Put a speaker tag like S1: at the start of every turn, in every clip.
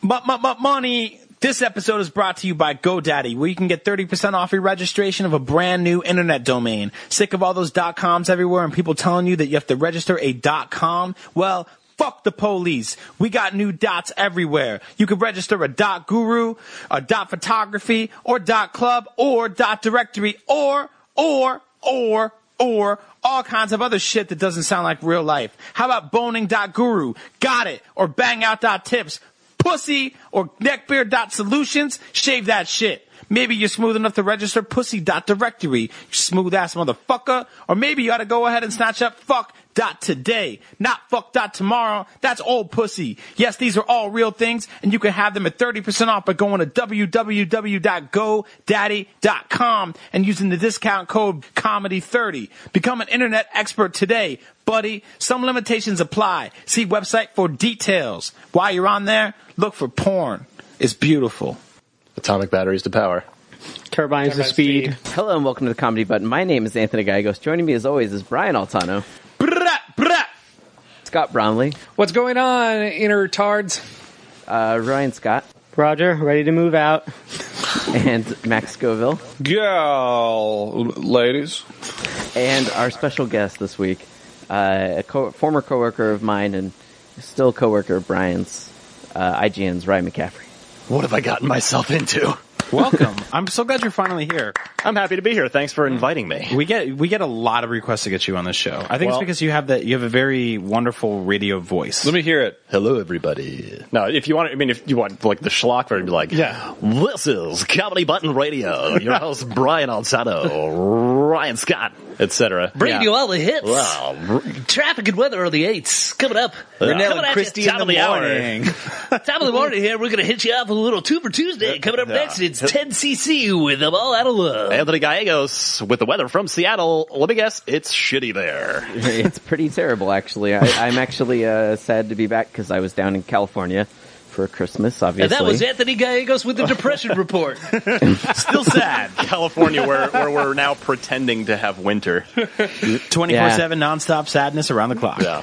S1: Mup, mup, mup, money. This episode is brought to you by GoDaddy, where you can get 30% off your registration of a brand new internet domain. Sick of all those dot coms everywhere and people telling you that you have to register a dot com? Well, fuck the police. We got new dots everywhere. You can register a dot guru, a dot photography, or dot club, or dot directory, or, or, or, or all kinds of other shit that doesn't sound like real life. How about boning.guru? Got it. Or bangout.tips? Pussy. Or neckbeard.solutions? Shave that shit. Maybe you're smooth enough to register pussy.directory, you smooth ass motherfucker. Or maybe you ought to go ahead and snatch up fuck dot today, not fuck dot tomorrow. That's old pussy. Yes, these are all real things, and you can have them at 30% off by going to www.godaddy.com and using the discount code comedy30. Become an internet expert today, buddy. Some limitations apply. See website for details. While you're on there, look for porn. It's beautiful.
S2: Atomic batteries to power.
S3: Turbines of speed.
S4: Hello and welcome to the Comedy Button. My name is Anthony Gallegos. Joining me as always is Brian Altano,
S1: Brah, brah.
S4: Scott Bromley,
S5: What's going on, inner tards?
S4: uh, Ryan Scott,
S3: Roger, ready to move out.
S4: and Max Scoville,
S2: Gal, ladies.
S4: and our special guest this week, uh, a co- former coworker of mine and still coworker of Brian's, uh, IGN's Ryan McCaffrey.
S2: What have I gotten myself into?
S1: Welcome. I'm so glad you're finally here.
S2: I'm happy to be here. Thanks for inviting me.
S1: We get we get a lot of requests to get you on this show. I think
S2: Well-
S1: it's because you have that you have a very wonderful radio voice.
S2: Let me hear it. Hello, everybody. No, if you want, I mean, if you want, like the schlock, version, be like,
S5: Yeah.
S2: this is Comedy Button Radio. Your host Brian Alzado, Ryan Scott, etc.
S6: Bring you all the hits.
S2: Wow,
S6: Traffic and weather are the eights. Coming up.
S2: Renell
S6: Coming
S2: and
S6: at
S2: Christy
S6: ya.
S2: in the Top of the hour. morning.
S6: Top of the morning here. We're going to hit you up with a little two for Tuesday. Coming up
S2: yeah.
S6: next, it's 10cc with them all out of love.
S2: Anthony Gallegos with the weather from Seattle. Let me guess, it's shitty there.
S4: it's pretty terrible, actually. I, I'm actually uh, sad to be back because I was down in California for Christmas, obviously.
S6: And that was Anthony Gallegos with the Depression Report.
S2: Still sad. California, where, where we're now pretending to have winter.
S1: 24/7 nonstop sadness around the clock.
S2: Yeah.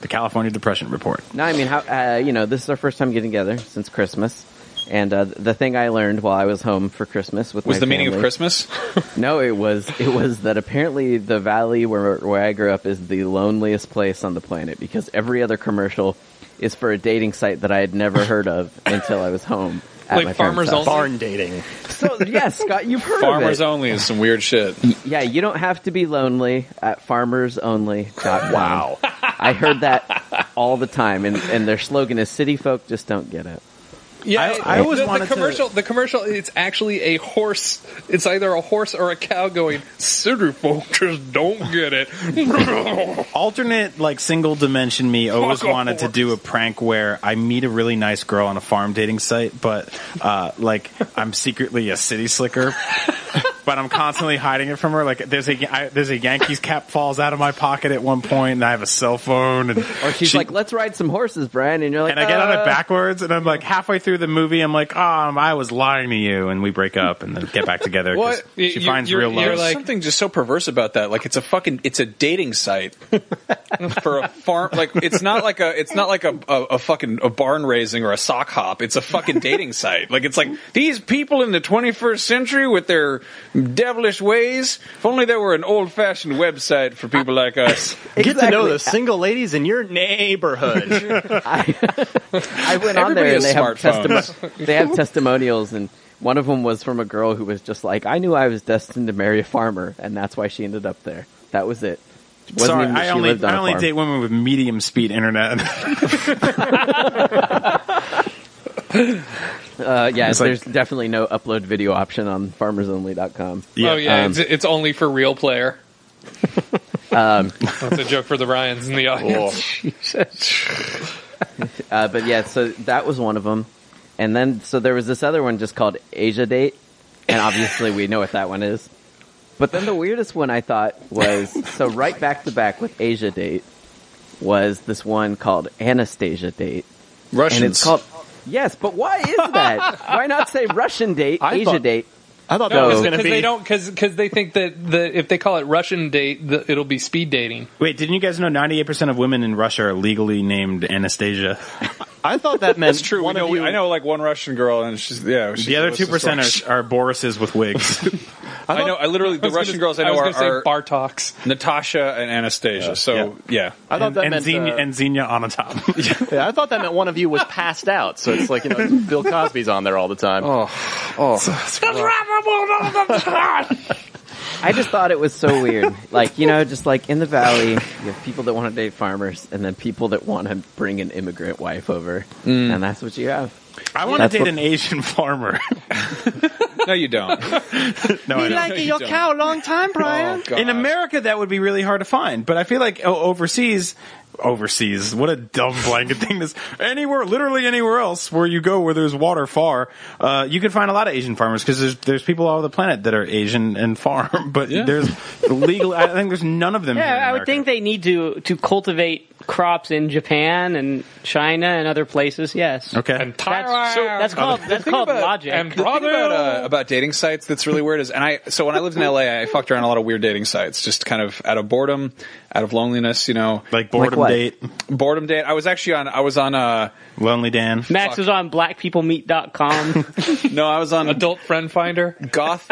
S1: The California Depression Report.
S4: No, I mean, how uh, you know, this is our first time getting together since Christmas, and uh, the thing I learned while I was home for Christmas with
S5: Was
S4: my
S5: the meaning of
S4: family-
S5: Christmas?
S4: No, it was it was that apparently the valley where where I grew up is the loneliest place on the planet because every other commercial is for a dating site that I had never heard of until I was home. At
S5: Like
S4: my parents'
S5: farmers
S4: house.
S2: Barn dating.
S4: So yes, Scott, you've heard
S5: Farmers
S4: of
S5: only is some weird shit.
S4: it. Yeah, you don't have to be lonely at farmersonly.com. Wow, I heard that all the time, and and their slogan is "City folk just don't get it."
S5: Yeah,
S1: I- I always
S5: the,
S1: wanted
S5: the
S1: to-
S5: commercial. The commercial. It's actually a horse. It's either a horse or a cow going. City folk just don't get it. Oh,
S1: Alternate like single dimension me always
S5: Fuck off.
S1: wanted to do a prank where I meet a really nice girl on a farm dating site, but uh, like I'm secretly a city slicker. But I'm constantly hiding it from her. Like there's a I, there's a Yankees cap falls out of my pocket at one point, and I have a cell phone. And
S4: Or she's
S1: she-
S4: like, "Let's ride some horses, Brian," and you're like,
S1: and I get on it
S4: "Uh,
S1: backwards, and I'm like halfway through the movie, I'm like, oh, I was lying to you, and we break up and then get back together. 'cause
S5: What?
S1: She finds
S5: you're,
S1: real love.
S5: There's something just so perverse about that. Like it's a fucking it's a dating site for a farm. Like it's not like a it's not like a, a, a fucking a barn raising or a sock hop. It's a fucking dating site. Like it's like these people in the 21st century with their devilish ways. If only there were an old fashioned website for people like us.
S2: Get to know
S4: "Uh, Exactly.
S2: the single ladies in your neighborhood.
S4: I, I went on there
S5: Everybody
S4: and
S5: has
S4: they have,
S5: smartphones.
S4: testimo- they have testimonials, and one of them was from a girl who was just like, I knew I was destined to marry a farmer, and that's why she ended up there. That was it. It wasn't
S1: Sorry,
S4: even that
S1: I
S4: she
S1: only
S4: lived on
S1: I
S4: a
S1: only
S4: farm.
S1: date women with medium speed internet.
S4: Uh, yeah,
S1: like-
S4: there's definitely no upload video option on farmersonly.com.
S5: oh yeah,
S4: um,
S5: it's, it's only for real player.
S1: Um,
S5: That's a joke for the Ryans in the audience.
S4: Uh, but yeah, so that was one of them, and then so there was this other one just called Asia Date, and obviously we know what that one is. But then the weirdest one I thought was so right back to back with Asia Date was this one called Anastasia Date,
S5: Russians.
S4: and it's called yes. But why is that? why not say Russian Date,
S2: I
S4: Asia
S2: thought-
S4: Date?
S2: I thought that
S7: No,
S2: was
S7: because
S2: going to be.
S7: they don't because they think that the if they call it Russian date, the, it'll be speed dating.
S8: Wait, didn't you guys know 98% of women in Russia are legally named Anastasia?
S2: I thought that meant
S5: It's true. We
S2: One
S5: know,
S2: of you,
S5: I know like one Russian girl, and she's yeah. She's
S8: The other
S5: what's
S8: two percent
S5: story?
S8: are, are Borises with wigs.
S5: I, know. I literally the
S7: was
S5: Russian
S7: gonna-
S5: girls I know
S7: was
S5: are,
S7: gonna say
S5: are
S7: Bartoks.
S5: Natasha and Anastasia. so yeah.
S2: I thought
S8: and,
S2: that
S8: and,
S2: meant.
S8: Xenia,
S2: uh,
S8: and Xenia on the top.
S2: yeah, I thought that meant one of you was passed out. So it's like you know, Bill Cosby's on there all the time.
S4: I just thought it was so weird. Like, you know, just like in the valley, you have people that want to date farmers and then people that want to bring an immigrant wife over. And that's what you have.
S8: I want to
S4: That's
S8: date
S4: what-
S8: an Asian farmer.
S5: No, you don't. Oh,
S8: no, I don't.
S5: your cow
S6: Oh,
S5: long time, Brian.
S8: In America, that would be really hard to find. But I feel like o- overseas, overseas, what a dumb blanket thing this. Anywhere, literally anywhere else where you go where there's water far, uh, you can find a lot of Asian farmers because there's, there's people all over the planet that are Asian and farm. But there's legal, I think there's none of them. here in
S3: Yeah, I would
S8: America.
S3: think they need to to cultivate crops in Japan and China and other places. Yes.
S8: Okay.
S7: And
S3: That's,
S7: Taiwan.
S3: that's called that's called
S5: about-
S3: logic.
S7: and
S5: The thing about, uh,
S7: Bravo.
S5: about dating sites that's really weird is, and I, so when I lived in LA, I fucked around a lot of weird dating sites, just kind of out of boredom, out of loneliness, you know,
S8: like boredom
S4: what?
S8: date,
S5: boredom date. I was actually on, I was on, uh,
S8: lonely Dan.
S3: Max was on blackpeoplemeet.com.
S5: no, I was on
S7: Adult friend finder.
S5: goth,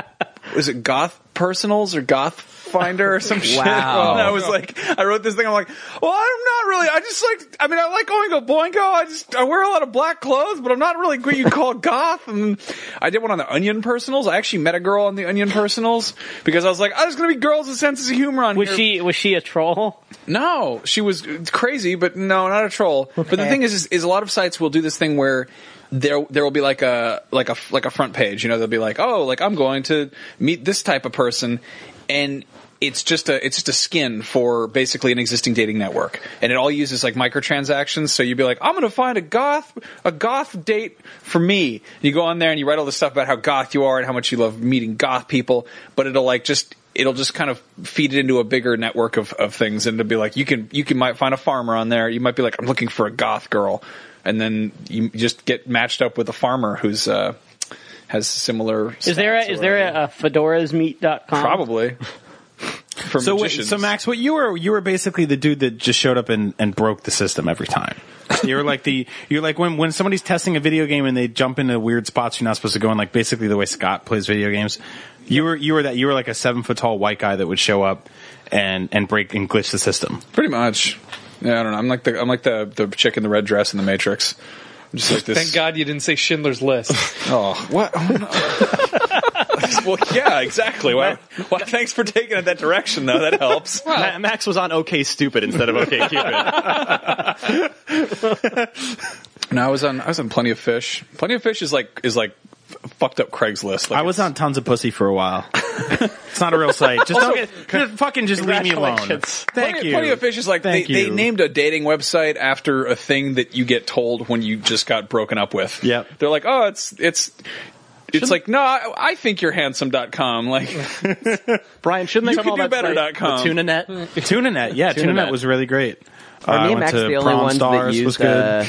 S5: was it goth personals or goth finder or some shit?
S4: Wow.
S5: And I was like, I wrote this thing, I'm like, well, I'm not really, I just like, I mean, I like going to Boingo, I just, I wear a lot of black clothes, but I'm not really what you call goth. And I did one on the Onion personals. I actually met a girl on the Onion personals because I was like, oh, there's gonna be girls with senses of humor on
S3: was
S5: here.
S3: she was she a troll?
S5: No, she was crazy, but no, not a troll. But the thing is, is, is a lot of sites will do this thing where there there will be like a like a like a front page. You know, they'll be like, oh, like I'm going to meet this type of person, and. It's just a it's just a skin for basically an existing dating network, and it all uses like microtransactions. So you'd be like, I'm gonna find a goth a goth date for me. You go on there and you write all this stuff about how goth you are and how much you love meeting goth people, but it'll like just it'll just kind of feed it into a bigger network of, of things and it'll be like you can you can might find a farmer on there you might be like i'm looking for a goth girl and then you just get matched up with a farmer who's uh has similar
S3: Is there a, is there a, a fedorasmeet.com?
S5: probably for
S8: So, wait,
S5: magicians
S8: so Max, what you were you were basically the dude that just showed up and, and broke the system every time. You're like the you're like when when somebody's testing a video game and they jump into weird spots you're not supposed to go in. Like basically the way Scott plays video games. You were you were that you were like a seven foot tall white guy that would show up and and break and glitch the system.
S5: pretty much yeah i don't know i'm like the i'm like the the chick in the red dress in the matrix I'm just like this
S7: Thank God you didn't say Schindler's List.
S5: oh what well yeah exactly well, well thanks for taking it that direction though that helps
S2: Ma- Max was on OK Stupid instead of OK Cupid.
S5: No, I was on. I was on Plenty of Fish. Plenty of Fish is like is like f- fucked up Craigslist. Like
S8: I was on tons of pussy for a while. it's not a real site. Just don't just fucking just leave me alone.
S2: Congratulations.
S8: Thank
S5: Plenty,
S8: you.
S5: Plenty of Fish is like they,
S8: Thank
S5: they
S8: you.
S5: named a dating website after a thing that you get told when you just got broken up with.
S8: Yep.
S5: They're like, oh, it's it's. It's like, no, I, I think you're handsome.com. Like,
S2: Brian, shouldn't they
S5: You
S2: call
S5: can do
S2: that site
S5: better.com.
S2: the TunaNet?
S8: TunaNet. Yeah, TunaNet,
S2: TunaNet.
S8: was really great. Uh,
S4: Are
S8: I
S4: me and
S8: went
S4: Max
S8: to
S4: the only
S8: Prom
S4: ones
S8: Stars
S4: that
S8: was
S4: use
S8: good.
S4: uh,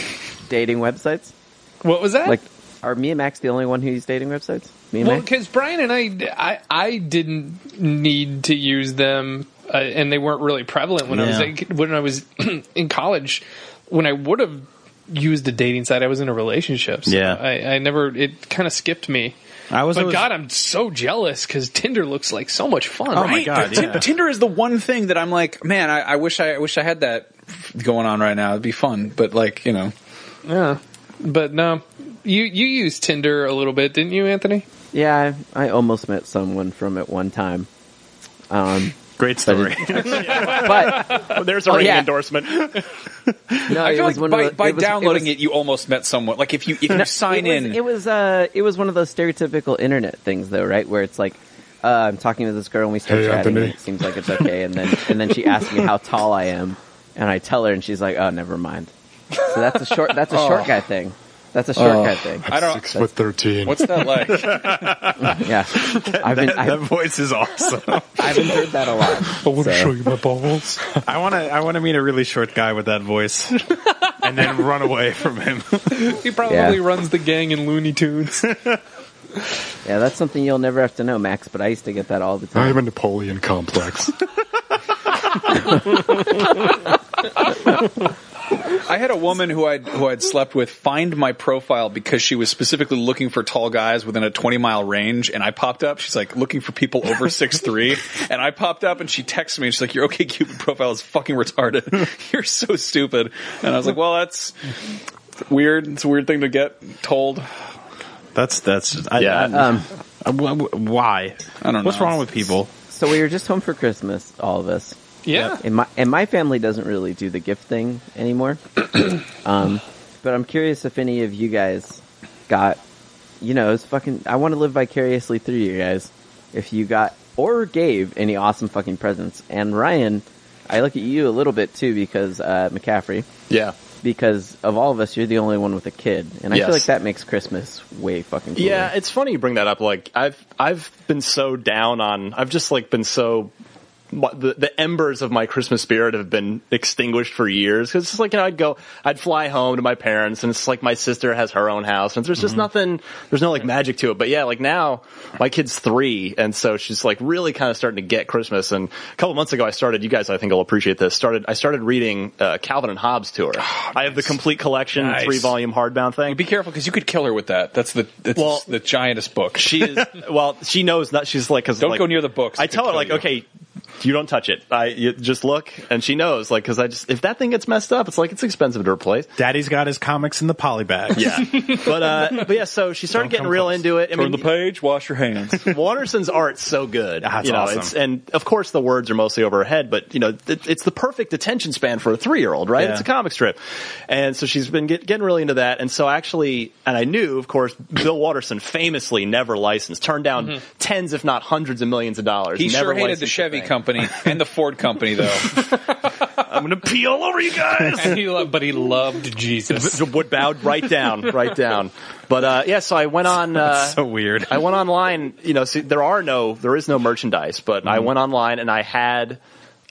S4: dating websites?
S7: What was that?
S4: Like, are me and Max the only one who use dating websites? Me and
S7: Well,
S4: Max?
S7: because Brian and I, I, I didn't need to use them, uh, and they weren't really prevalent when I was
S8: Yeah.
S7: like, when I was in college. When I would have used a dating site, I was in a relationship. So
S8: Yeah.
S7: I, I never. It kind of skipped me.
S8: I was
S7: But
S8: always-
S7: God, I'm so jealous because Tinder looks like so much fun.
S8: Oh my God,
S5: T-
S8: yeah.
S5: Tinder is the one thing that I'm like, man, I, I wish I, I wish I had that going on right now. It'd be fun, but like, you know,
S7: Yeah, but no, you you used Tinder a little bit, didn't you, Anthony?
S4: yeah, I, I almost met someone from it one time. Um,
S8: Great story.
S4: but
S2: There's a
S4: Oh,
S2: ring
S4: yeah.
S2: endorsement.
S4: no,
S5: I
S4: it
S5: feel
S4: was
S5: like
S4: one
S5: by,
S4: of the,
S5: by
S4: it was-
S5: downloading it,
S4: it, was-
S5: you almost met someone. Like if you if you sign
S4: it was,
S5: in,
S4: It was uh, it was one of those stereotypical internet things, though, right? Where it's like, uh, I'm talking to this girl and we start chatting. And it seems like it's okay, and then and then she asks me how tall I am, and I tell her, and she's like, oh, never mind. So that's a short that's a short guy thing. That's a short guy thing.
S5: I don't.
S1: Six foot thirteen.
S5: What's that like?
S4: Yeah, I've been
S8: that
S4: I've,
S8: voice is awesome.
S4: I've endured that a lot. So-
S7: you my balls.
S8: I want to. I want to meet a really short guy with that voice, and then run away from him.
S7: He probably
S4: Yeah.
S7: runs the gang in Looney Tunes.
S4: Yeah, that's something you'll never have to know, Max. But I used to get that all the
S1: I
S4: time.
S1: have a Napoleon complex.
S5: I had a woman who I who I'd slept with find my profile because she was specifically looking for tall guys within a 20 mile range, and I popped up. She's like looking for people over six three, and I popped up, and she texts me, and she's like, "Your OK Cupid profile is fucking retarded. You're so stupid." And I was like, "Well, that's weird. It's a weird thing to get told."
S8: That's that's I,
S2: Yeah. um,
S8: I- I- w- w- why?
S5: I don't
S8: What's
S5: know.
S8: wrong with people?
S4: So we were just home for Christmas, all of us.
S7: Yeah.
S4: And my and my family doesn't really do the gift thing anymore. um, but I'm curious if any of you guys got, you know, it's fucking. I want to live vicariously through you guys. If you got or gave any awesome fucking presents, and Ryan, I look at you a little bit too because uh, McCaffrey,
S2: Yeah.
S4: because of all of us, you're the only one with a kid, and I
S2: Yes.
S4: feel like that makes Christmas way fucking. Cooler.
S2: Yeah, it's funny you bring that up. Like I've I've been so down on I've just like been so what- the, the embers of my Christmas spirit have been extinguished for years because it's just like you know I'd go I'd fly home to my parents and it's like my sister has her own house and there's
S5: Mm-hmm.
S2: just nothing there's no like magic to it but yeah like now my kid's three and so she's like really kind of starting to get Christmas and a couple months ago I started you guys I think will appreciate this started I started reading uh, Calvin and Hobbes to her I have the complete collection
S5: Oh, Nice.
S2: three volume hardbound thing
S5: Be careful because you could kill her with that. That's the that's
S2: Well-
S5: the giantest book.
S2: she is well she knows not she's like because
S5: Don't
S2: like,
S5: go near the books.
S2: i
S5: It
S2: tell her
S5: could
S2: like
S5: kill
S2: okay you don't touch it i you just look and she knows like because i just if that thing gets messed up it's like it's expensive to replace
S8: Daddy's got his comics in the polybag.
S2: yeah but uh but yeah so she started
S8: Don't
S2: getting
S8: come
S2: real
S8: close.
S2: into it i
S5: Turn
S2: mean
S5: the page. Wash your hands.
S2: Watterson's art's so good.
S8: Ah, it's
S2: you know,
S8: awesome.
S2: it's, and of course the words are mostly over her head, but you know, it, it's the perfect attention span for a three year old, right?
S8: Yeah.
S2: It's a comic strip. And so she's been get, getting really into that. And so actually, and I knew, of course, Bill Watterson famously never licensed, turned down tens, if not hundreds of millions of dollars.
S5: Mm-hmm. He
S2: never
S5: sure hated
S2: licensed
S5: the
S2: a
S5: Chevy
S2: thing.
S5: company and the Ford company though.
S2: I'm going to pee all over you guys.
S7: And he loved, but he loved Jesus.
S2: would bowed right down, right down. But uh, yeah, so I went on. Uh,
S8: so weird.
S2: I went online. You know, see, there are no, there is no merchandise. But
S8: Mm-hmm.
S2: I went online and I had,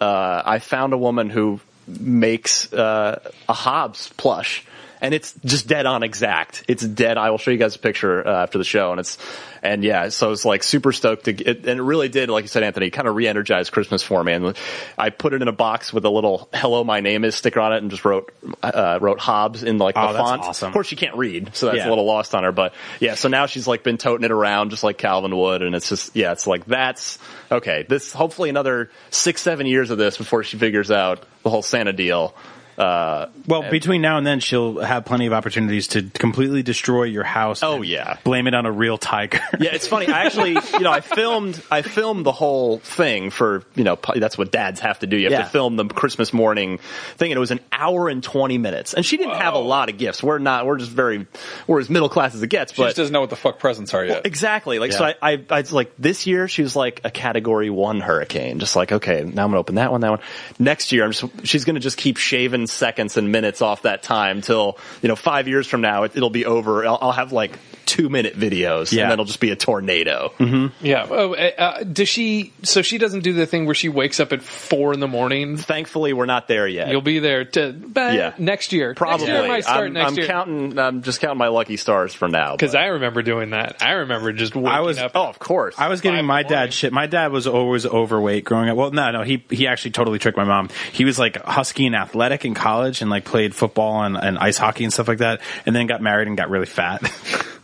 S2: uh, I found a woman who makes uh, a Hobbs plush, and it's just dead on exact. It's dead. I will show you guys a picture uh, after the show, and it's, and yeah, so it's like super stoked to, get, and it really did, like you said, Anthony, kind of re-energize Christmas for me. And I put it in a box with a little "Hello, my name is" sticker on it, and just wrote uh, wrote Hobbs in like the
S8: Oh, that's
S2: font.
S8: awesome.
S2: Of course, she can't read, so that's
S8: Yeah.
S2: a little lost on her. But yeah, so now she's like been toting it around just like Calvin would, and it's just yeah, it's like that's okay. This hopefully another six seven years of this before she figures out the whole Santa deal. Uh,
S8: Well, between now and then, she'll have plenty of opportunities to completely destroy your house.
S2: Oh,
S8: and
S2: yeah.
S8: blame it on a real tiger.
S2: yeah, it's funny. I actually, you know, I filmed, I filmed the whole thing for, you know, pu- that's what dads have to do. You have
S8: Yeah.
S2: to film the Christmas morning thing, and it was an hour and twenty minutes. And she didn't have a lot of gifts. We're not, we're just very, we're as middle class as it gets.
S5: She
S2: but
S5: just doesn't know what the fuck presents are yet.
S2: Exactly. Like so, I,
S8: Yeah.
S2: I, I was like this year she was like a Category One hurricane. Just like okay, now I'm gonna open that one, that one. Next year, I'm just, she's gonna just keep shaving seconds and minutes off that time till you know five years from now it, it'll be over. I'll, I'll have like two minute videos,
S8: Yeah.
S2: and then it'll just be a tornado.
S7: yeah. Oh, uh, uh, does she? So she doesn't do the thing where she wakes up at four in the morning.
S2: Thankfully, we're not there yet.
S7: You'll be there to but
S2: Yeah.
S7: next year.
S2: Probably.
S7: Next year I might start
S2: I'm,
S7: next
S2: I'm
S7: year.
S2: counting. I'm just counting my lucky stars for now.
S7: Because
S2: but-
S7: I remember doing that. I remember just waking
S8: I was-
S7: up.
S2: oh, of course.
S8: I was getting
S7: Five
S8: my
S7: morning.
S8: dad shit. My dad was always overweight growing up. Well, no, no, he he actually totally tricked my mom. He was like husky and athletic in college, and like played football and, and ice hockey and stuff like that, and then got married and got really fat.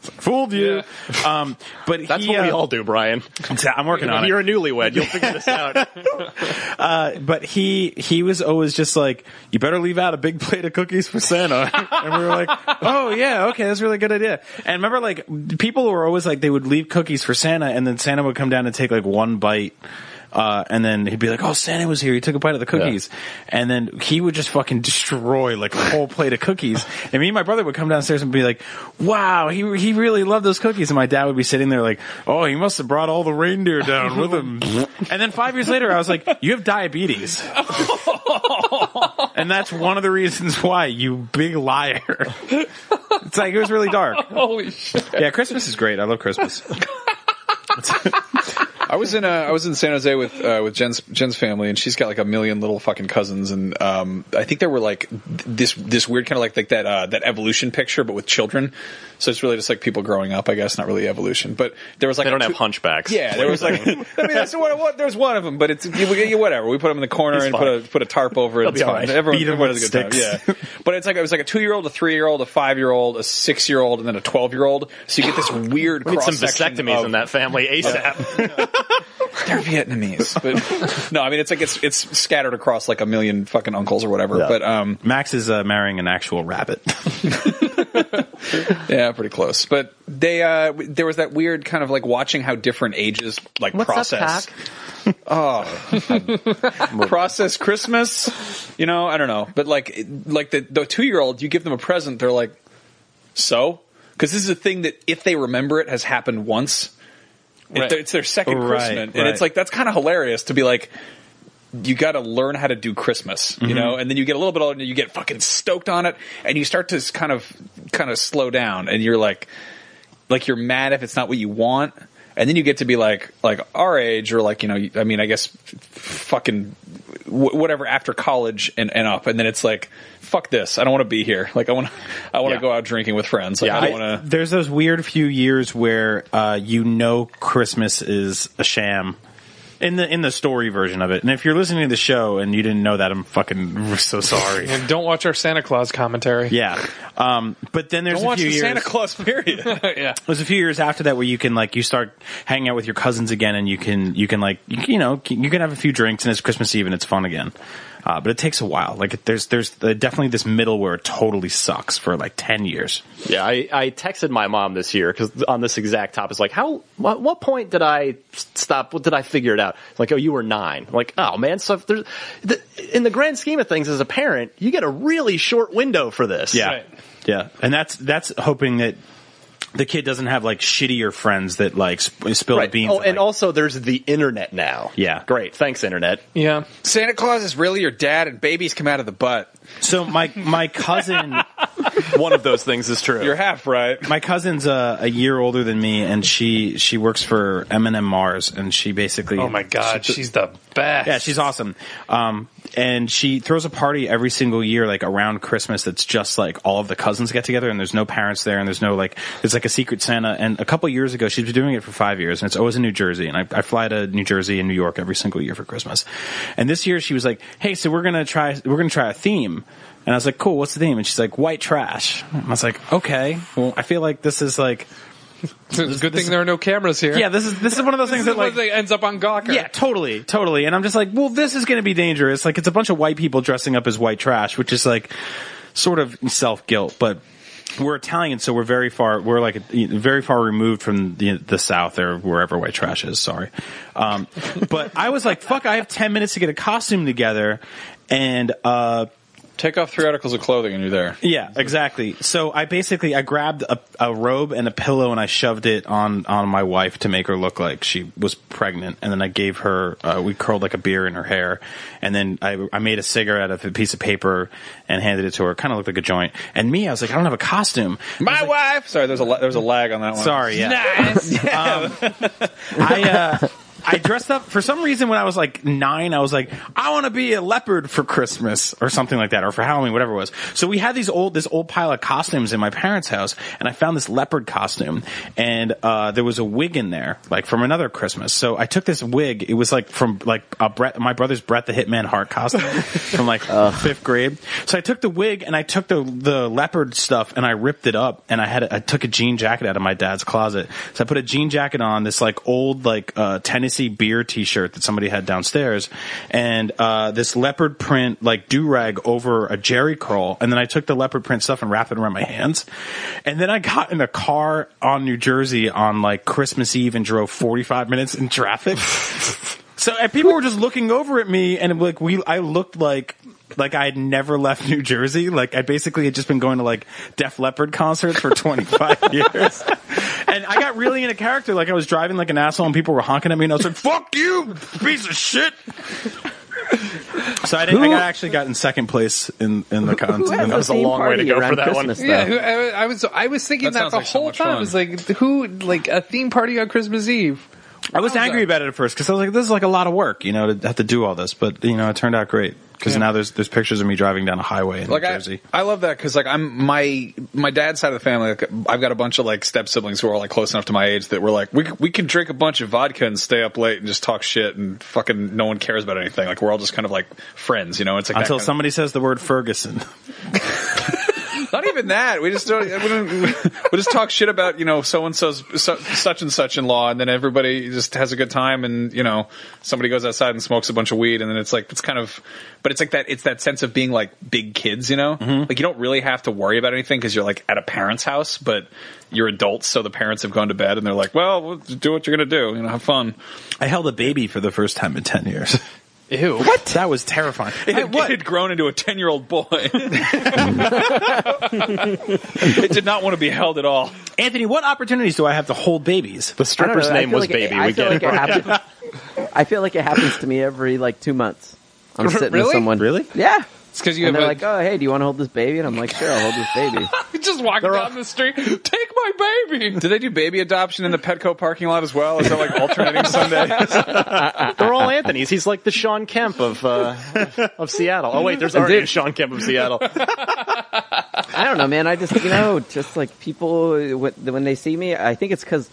S8: Fooled you. Um, but
S2: That's
S8: he,
S2: what we
S8: uh,
S2: all do, Brian.
S8: I'm working on it.
S2: You're a newlywed. You'll figure this out.
S8: but he he was always just like, "You better leave out a big plate of cookies for Santa." and we were like, "Oh yeah, okay, that's a really good idea." And remember, like people were always like, they would leave cookies for Santa, and then Santa would come down and take like one bite. Uh, and then he'd be like, "Oh, Santa was here. He took a bite of the cookies," and then he would just fucking destroy like a whole plate of cookies. And me and my brother would come downstairs and be like, "Wow, he he really loved those cookies." And my dad would be sitting there like, "Oh, he must have brought all the reindeer down with him." and then five years later, I was like, "You have diabetes," and that's one of the reasons why you big liar. it's like it was really dark.
S7: Holy shit.
S8: Yeah, Christmas is great. I love Christmas.
S5: I was in uh, I was in San Jose with uh, with Jen's Jen's family, and she's got like a million little fucking cousins, and um, I think there were like th- this this weird kind of like like that uh, that evolution picture, but with children. So it's really just like people growing up, I guess, not really evolution. But there was like
S2: They don't
S5: a
S2: have
S5: two-
S2: hunchbacks.
S5: Yeah, there was like I mean that's the one. what- There's one of them, but it's you- you- whatever. We put him in the corner
S2: He's
S5: and
S2: fine.
S5: put a put a tarp over it.
S2: He'll
S5: It's
S2: be all
S5: fine.
S2: right.
S5: Everyone,
S2: Beat him
S5: everyone
S2: with
S5: has a good
S2: sticks.
S5: time. Yeah, but it's like it was like a two year old, a three year old, a five year old, a six year old, and then a twelve year old. So you get this weird
S2: We need
S5: cross
S2: some vasectomies in that family ASAP.
S5: they're Vietnamese, but no, I mean it's like it's it's scattered across like a million fucking uncles or whatever.
S2: Yeah.
S5: But um,
S8: Max is uh, marrying an actual rabbit.
S5: yeah, pretty close. But they uh, w- there was that weird kind of like watching how different ages like process. oh, process Christmas. You know, I don't know, but like it- like the the two year old, you give them a present, they're like, so because this is a thing that if they remember it has happened once. It-
S7: Right.
S5: It's their second
S8: Right,
S5: Christmas, and
S8: right.
S5: it's like that's kind of hilarious to be like, you got to learn how to do Christmas, you
S8: Mm-hmm.
S5: know, and then you get a little bit older and you get fucking stoked on it and you start to s- kind of kind of slow down and you're like like you're mad if it's not what you want. And then you get to be like like our age or like, you know, I mean, I guess f- fucking wh- whatever after college and, and up and then it's like fuck this. I don't want to be here. Like I want to I want to
S2: Yeah.
S5: go out drinking with friends. Like
S2: Yeah,
S5: I don't
S2: I-
S5: want to
S8: There's those weird few years where uh, you know Christmas is a sham in the in the story version of it. And if you're listening to the show and you didn't know that, I'm fucking so sorry.
S7: And don't watch our Santa Claus commentary.
S8: yeah. Um, but then there's
S5: don't
S8: a
S5: watch
S8: few
S5: the
S8: years.
S5: Santa Claus period.
S7: yeah.
S8: there's a few years after that where you can like you start hanging out with your cousins again, and you can you can like you, you know you can have a few drinks, and it's Christmas Eve, and it's fun again. Uh, but it takes a while. Like there's there's uh, definitely this middle where it totally sucks for like ten years.
S2: yeah, I, I texted my mom this year because on this exact topic, it's like, how, what, what point did I s- stop? What did I figure it out? It's like, oh, you were 9 I'm like, oh man, so if there's, the, in the grand scheme of things, as a parent, you get a really short window for this.
S8: Yeah,
S7: Right.
S8: yeah, and that's that's hoping that the kid doesn't have like shittier friends that like sp- spill the beans.
S2: Oh, and
S8: like-
S2: also there's the internet now.
S8: Yeah.
S2: Great. Thanks, internet.
S7: Yeah.
S5: Santa Claus is really your dad and babies come out of the butt.
S8: so my my cousin
S2: One of those things is true.
S5: You're half right.
S8: my cousin's a, a year older than me, and she she works for Eminem Mars, and she basically
S7: Oh my God, she's the best.
S8: Yeah, she's awesome. Um, and she throws a party every single year, like around Christmas. That's just like all of the cousins get together, and there's no parents there, and there's no like it's like a secret Santa. And a couple years ago, she's been doing it for five years, and it's always in New Jersey. And I, I fly to New Jersey and New York every single year for Christmas. And this year, she was like, "Hey, so we're gonna try we're gonna try a theme." And I was like, "Cool, what's the theme?" And she's like, "White trash." And I was like, "Okay, well, I feel like this is like."
S7: It's a good thing there are no cameras here.
S8: Yeah, this is this is one of those things that like
S7: It ends up on Gawker.
S8: yeah, totally, totally. And I'm just like, well, this is going to be dangerous. Like, it's a bunch of white people dressing up as white trash, which is like sort of self guilt, but. We're Italian, so we're very far. We're like you know, very far removed from the the South or wherever white trash is. Sorry, um, but I was like, "Fuck!" I have ten minutes to get a costume together, and uh,
S5: Take off three articles of clothing and you're there.
S8: yeah, exactly. So I basically I grabbed a, a robe and a pillow and I shoved it on on my wife to make her look like she was pregnant, and then I gave her uh, we curled like a beer in her hair, and then I I made a cigarette out of a piece of paper and handed it to her. Kind of looked like a joint. And me, I was like, I don't have a costume.
S5: My wife. Sorry, there's a la- there's a lag on that one.
S8: Sorry, yeah. I uh, I dressed up for some reason when I was like nine. I was like, I want to be a leopard for Christmas or something like that, or for Halloween, whatever it was. So we had these old this old pile of costumes in my parents' house, and I found this leopard costume, and uh, there was a wig in there, like from another Christmas. So I took this wig. It was like from like a Brett, my brother's Brett the Hitman Hart costume from like fifth grade. So I took the wig and I took the the leopard stuff and I ripped it up and I had a, I took a jean jacket out of my dad's closet. So I put a jean jacket on this like old like uh, Tennessee beer T-shirt that somebody had downstairs, and uh, this leopard print like do rag over a jerry curl. And then I took the leopard print stuff and wrapped it around my hands. And then I got in a car on New Jersey on like Christmas Eve and drove 45 minutes in traffic. So and people were just looking over at me, and like we, I looked like like I had never left New Jersey. Like I basically had just been going to like Def Leppard concerts for 25 years, and I got really into character. Like I was driving like an asshole, and people were honking at me, and I was like, "Fuck you, piece of shit." So I, didn't, I got, actually got in second place in in the contest.
S4: Who has
S2: that was a
S4: theme
S2: long way to
S4: party
S2: go for
S4: around
S2: that one.
S4: Christmas,
S7: Yeah,
S4: though?
S7: who, I, I was I was thinking that,
S5: That sounds
S7: the
S5: like so
S7: whole
S5: much
S7: time.
S5: fun.
S7: It's like who like a theme party on Christmas Eve?
S8: I was angry about it at first because I was like, "This is like a lot of work, you know, to have to do all this." But you know, it turned out great because now there's there's pictures of me driving down a highway in
S5: like
S8: New
S5: I,
S8: Jersey.
S5: I love that because like I'm my my dad's side of the family. Like, I've got a bunch of like step siblings who are like close enough to my age that we're like we we can drink a bunch of vodka and stay up late and just talk shit and fucking no one cares about anything. Like we're all just kind of like friends, you know. It's like that
S8: Until
S5: kind of-
S8: somebody says the word Ferguson,
S5: not even that. We just don't, we don't. We just talk shit about you know so and so's such and such in law, and then everybody just has a good time, and you know somebody goes outside and smokes a bunch of weed, and then it's like it's kind of, but it's like that. It's that sense of being like big kids, you know. Like you don't really have to worry about anything because you're like at a parent's house, but you're adults, so the parents have gone to bed, and they're like, well, we'll do what you're gonna do, you know, have fun.
S8: I held a baby for the first time in ten years.
S7: Ew.
S8: What? That was terrifying.
S5: It
S8: I-
S5: had, it had grown into a ten year old boy. it did not want to be held at all.
S8: Anthony, what opportunities do I have to hold
S2: The
S8: babies?
S4: I don't know,
S2: stripper's
S4: I
S2: name
S4: feel
S2: was
S4: like
S2: Baby.
S4: It, I
S2: we
S4: feel
S2: get
S4: like
S2: it.
S4: it. happens, I feel like it happens to me every like two months. I'm sitting with someone.
S8: Really?
S4: Yeah.
S7: It's because you
S4: And
S7: have
S4: they're
S7: a,
S4: like, oh, hey, do you want to hold this baby? And I'm like, sure, I'll hold this baby.
S7: just walk down the street. Take my baby.
S5: Do they do baby adoption in the Petco parking lot as well? Is that like alternating Sundays?
S2: They're all Anthony's. He's like the Sean Kemp of uh, of Seattle. Oh wait, there's already a Sean Kemp of Seattle.
S4: I don't know, man. I just, you know, just like people, when when they see me, I think it's because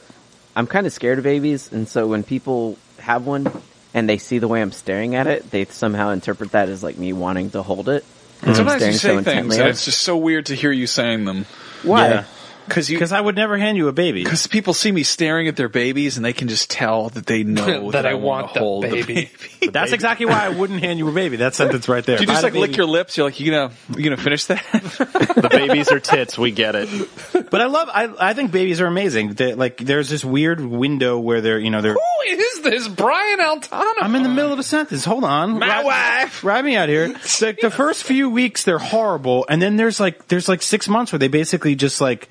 S4: I'm kind of scared of babies. And so when people have one and they see the way I'm staring at it, they somehow interpret that as like me wanting to hold it. And I'm
S5: Sometimes you
S4: staring
S5: say
S4: so
S5: things
S4: intently
S5: and
S4: at
S5: it's
S4: it.
S5: just so weird to hear you saying them
S4: Why?
S5: because you
S8: Because I would never hand you a baby.
S5: because people see me staring at their babies and they can just tell that they know that,
S7: that I
S5: wanna
S7: want the
S5: hold the
S7: baby.
S8: That's exactly why I wouldn't hand you a baby. That sentence right there.
S5: You just
S8: Buy
S5: like
S8: the
S5: lick
S8: baby.
S5: your lips. You're like, you gonna you gonna finish that?
S2: The babies are tits. We get it.
S8: But I love. I I think babies are amazing. They, like there's this weird window where they're you know they're.
S7: Who is this Brian Altano?
S8: I'm in the middle of a sentence. Hold on.
S5: My
S8: Ride-
S5: wife.
S8: Ride me out here. It's Like the first few weeks they're horrible, and then there's like there's like six months where they basically just like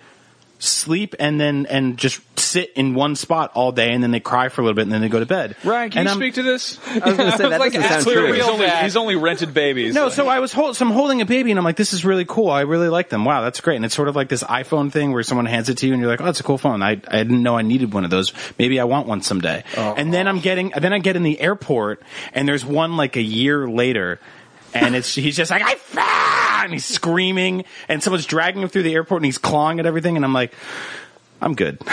S8: sleep and then and just sit in one spot all day, and then they cry for a little bit, and then they go to bed.
S5: Ryan, can
S8: and
S5: you
S8: I'm-
S5: speak to this?
S4: I was going to say, that doesn't sound
S5: Clearly,
S4: true.
S5: he's only, he's only rented babies.
S8: No, so I was hold, so I'm holding a baby, and I'm like, this is really cool. I really like them. Wow, that's great. And it's sort of like this iPhone thing where someone hands it to you, and you're like, oh, that's a cool phone. I, I didn't know I needed one of those. Maybe I want one someday. And then I'm getting, then I get in the airport, and there's one like a year later, and it's he's just like, I found, and he's screaming, and someone's dragging him through the airport, and he's clawing at everything, and I'm like. I'm good.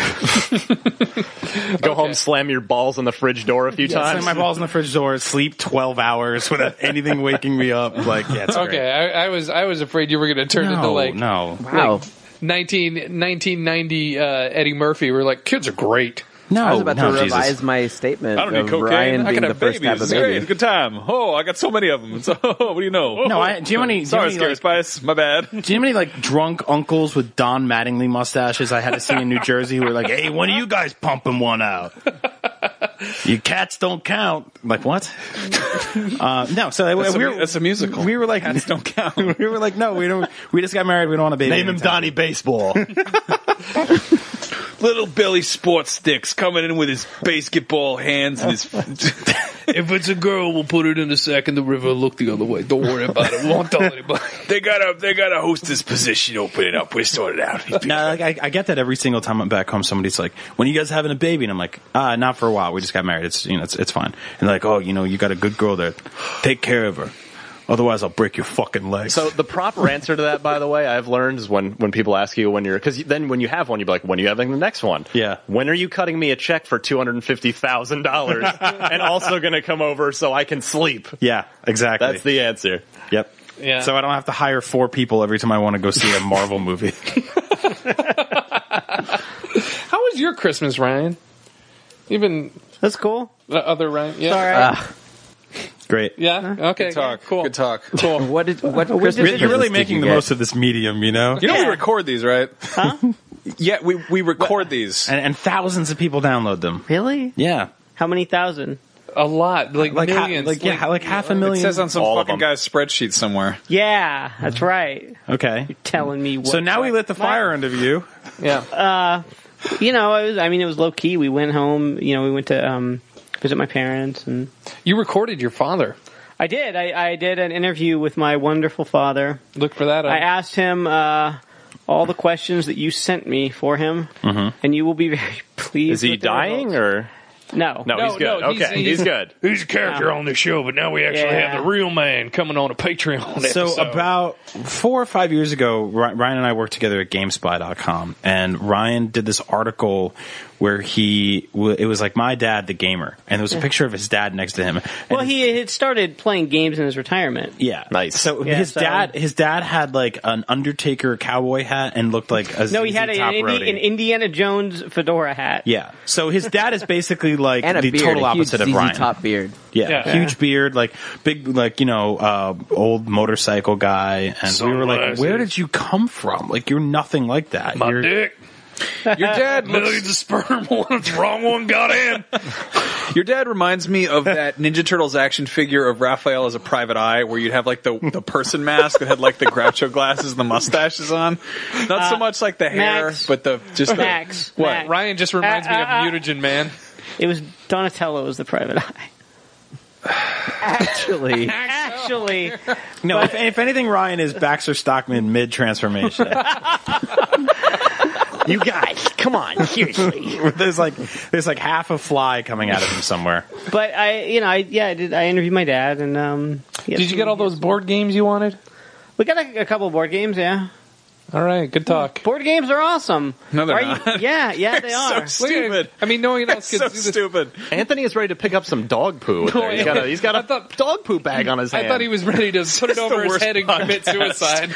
S2: Go home, slam your balls on the fridge door a few
S8: Slam
S2: times.
S8: my balls in the fridge door. Sleep twelve hours without anything waking me up. Like, yeah, it's
S7: Okay,
S8: great.
S7: I, I was I was afraid you were going to turn into
S8: No,
S7: like
S8: no,
S4: Wow.
S7: 19, 1990 uh, Eddie Murphy. We're like kids are great.
S8: no.
S4: I was about
S8: no,
S4: to
S8: Jesus.
S4: revise my statement
S5: I don't need
S4: of
S5: cocaine.
S4: Ryan
S5: I
S4: being
S5: can
S4: the
S5: have
S4: first to have
S5: babies.
S4: a
S5: It's great.
S4: baby.
S5: Good time. Oh, I got so many of them. It's, what do you know?
S8: No, I, do you know how many? Do you know how
S5: Sorry,
S8: many,
S5: Scary
S8: like-
S5: Spice. My bad.
S8: Do you know how many like drunk uncles with Don Mattingly mustaches I had to see in New Jersey who were like, "Hey, when are you guys pumping one out? You cats don't count." I'm like what? uh, no, so
S5: That's a,
S8: we
S5: mu-
S8: were,
S5: that's a musical.
S8: we were like,
S5: Cats don't count.
S8: we were like, no, we don't. We just got married. We don't want a baby.
S2: Name him
S8: anytime."
S2: Donnie Baseball.
S5: Little Billy Sports Sticks coming in with his basketball hands and his.
S6: If it's a girl, we'll put it in the sack in the river and look the other way. Don't worry about it. We won't tell anybody.
S5: they got a they got a hostess position opening up. We sorted out.
S8: No, like, I, I get that every single time I'm back home. Somebody's like, "When are you guys having a baby?" And I'm like, "Ah, not for a while. We just got married. It's you know, it's it's fine." And they're like, "Oh, you know, you got a good girl there. Take care of her. Otherwise, I'll break your fucking legs."
S2: So the proper answer to that, by the way, I've learned is when, when people ask you when you're because then when you have one, you're like, when are you having the next one?
S8: Yeah.
S2: When are you cutting me a check for two hundred and fifty thousand dollars and also going to come over so I can sleep?
S8: yeah, exactly.
S2: That's the answer.
S8: Yep.
S7: Yeah.
S8: So I don't have to hire four people every time I want to go see a Marvel movie.
S7: How was your Christmas, Ryan? Even
S2: That's cool.
S7: the other Ryan? Yeah.
S8: Ah. Great.
S7: Yeah. Okay.
S5: talk.
S7: Cool.
S5: Good talk.
S7: Cool.
S4: What did what Christmas
S8: Really- You're really
S4: presents did
S8: making
S4: you
S8: the
S4: get?
S8: most of this medium, you know?
S5: You know we record these, right? Huh? yeah, we we record these.
S8: And, and thousands of people download them.
S3: Really?
S8: Yeah.
S3: How many thousand?
S7: A lot, like,
S8: Like, ha-
S7: millions.
S8: like, yeah, like, half a
S5: It
S8: million.
S5: says on some
S2: All of
S5: fucking
S2: them.
S5: guy's spreadsheet somewhere.
S3: Yeah, that's right.
S8: okay.
S3: Telling me what.
S8: So now we lit the fire under you.
S7: yeah.
S3: uh, You know, it was. I mean, it was low key. We went home. You know, we went to um, visit my parents, and
S7: you recorded your father.
S3: I did. I, I did an interview with my wonderful father.
S7: Look for that.
S3: I asked him uh, all the questions that you sent me for him, and you will be very pleased.
S2: Is he
S3: with the results.
S2: dying or
S3: No.
S2: No, he's good.
S7: no, he's-
S2: okay, he's,
S7: he's-
S2: good.
S7: He's a character on this show, but now we actually
S3: Yeah.
S7: have the real man coming on a Patreon.
S8: So
S7: episode.
S8: about four or five years ago, Ry- Ryan and I worked together at GameSpy.com, and Ryan did this article where he w- it was like my dad, the gamer, and there was a picture of his dad next to him. And
S3: Well, he had started playing games in his retirement.
S8: yeah,
S2: Nice.
S8: So
S3: Yeah,
S8: his
S3: so-
S8: dad, his dad had like an Undertaker cowboy hat and looked like a
S3: No, he
S8: ZZ
S3: had a,
S8: Top
S3: an, Indi-
S8: roadie.
S3: an Indiana Jones fedora hat.
S8: yeah. So his dad is basically like
S4: and a
S8: the
S4: beard,
S8: total
S4: a huge
S8: opposite of
S4: ZZ
S8: Ryan.
S4: Top beard.
S8: Yeah,
S7: Yeah.
S8: huge beard, like big, like you know, uh, old motorcycle guy, and we were like,
S7: Sunglasses.
S8: "Where did you come from? Like, you're nothing like that."
S7: my
S8: you're,
S7: dick.
S5: Your dad
S7: Millions of sperm. One wrong one got in.
S5: Your dad reminds me of that Ninja Turtles action figure of Raphael as a private eye, where you'd have like the, the person mask that had like the Groucho glasses and the mustaches on. Not
S2: Uh,
S5: so much like the hair,
S3: Max.
S5: but the just the,
S3: Max,
S5: What?
S3: Max.
S7: Ryan just reminds me of
S3: Uh, uh, uh.
S7: Mutagen Man.
S3: It was Donatello was the private eye.
S4: Actually,
S3: Actually,
S8: No, if, if anything, Ryan is Baxter Stockman mid transformation.
S2: You guys, come on, seriously.
S8: there's like there's like half a fly coming out of him somewhere.
S3: but I, you know, I yeah, I, did, I interviewed my dad, and um, he had
S7: Did you
S3: some-
S7: get all those board games you wanted?
S3: We got a, a couple board games, yeah.
S7: All right, good talk.
S3: Board games are awesome.
S5: No, they're
S3: Are
S5: not.
S3: You, yeah, yeah, they are.
S5: so stupid.
S7: I mean, no one else
S5: so
S7: gets do this.
S5: stupid.
S2: Anthony is ready to pick up some dog poo. With
S7: No,
S2: there. He's
S7: I-
S2: got a, he's got a
S7: Oh, I thought-
S2: dog poo bag on his hand.
S7: I thought he was ready to put it over his
S5: worst
S7: head and commit suicide.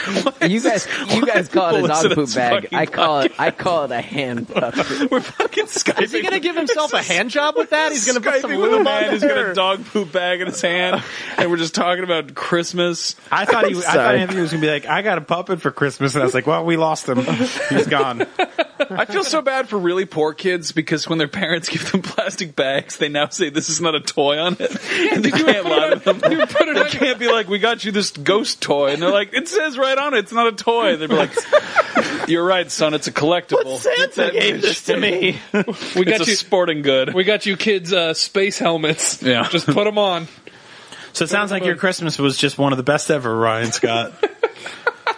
S4: you guys, you guys call it a
S5: People listen
S4: dog
S5: to
S4: poop
S5: this
S4: bag.
S5: fucking
S4: I call it, I call it a hand puppet.
S5: We're fucking skyping.
S2: Is he going to give himself a hand job with that? He's going to put some
S5: Skyping with a
S2: lube on
S5: man who's got a
S2: there?
S5: dog poop bag in his hand, and we're just talking about Christmas.
S8: I thought he, I thought
S4: Sorry.
S8: Anthony was gonna be like, "I got a puppet for Christmas," and I was like, "Well, we lost him. He's gone."
S5: I feel so bad for really poor kids because when their parents give them plastic bags, they now say this is not a toy on it, and they can't lie to them.
S7: You put it
S5: They
S7: on
S5: can't be like, "We got you this ghost toy," and they're like, "It says right on it, it's not a toy." They're like, "You're right, son, it's a collectible.
S2: Santa gave this to me.
S7: We
S5: It's
S7: got
S5: a
S7: you.
S5: sporting good."
S7: We got you kids uh, space helmets.
S5: Yeah.
S7: just put them on.
S8: So it sounds like your Christmas was just one of the best ever, Ryan Scott.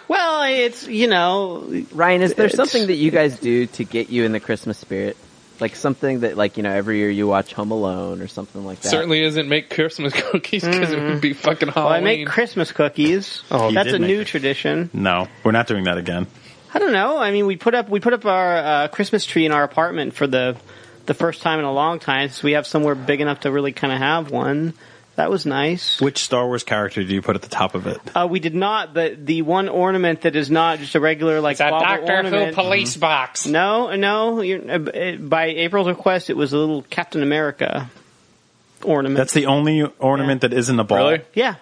S3: Well, it's you know,
S4: Ryan, is there something that you guys do to get you in the Christmas spirit? Like something that, like you know, every year you watch Home Alone or something like that.
S7: Certainly isn't make Christmas cookies because it would be fucking
S3: well, I
S7: Halloween.
S3: make Christmas cookies. Oh,
S8: You
S3: that's
S8: did
S3: a
S8: make
S3: new
S8: it.
S3: tradition.
S8: No, we're not doing that again.
S3: I don't know. I mean, we put up we put up our uh, Christmas tree in our apartment for the the first time in a long time. So we have somewhere big enough to really kind of have one. That was nice.
S8: Which Star Wars character do you put at the top of it?
S3: Uh, we did not, but the one ornament that is not just a regular like
S7: that
S3: bauble
S7: Doctor Who
S3: ornament. Mm-hmm.
S7: police box.
S3: no, no. You're, uh, b- uh, by April's request, it was a little Captain America ornament.
S8: That's the only ornament that isn't a ball.
S5: Really?
S3: yeah,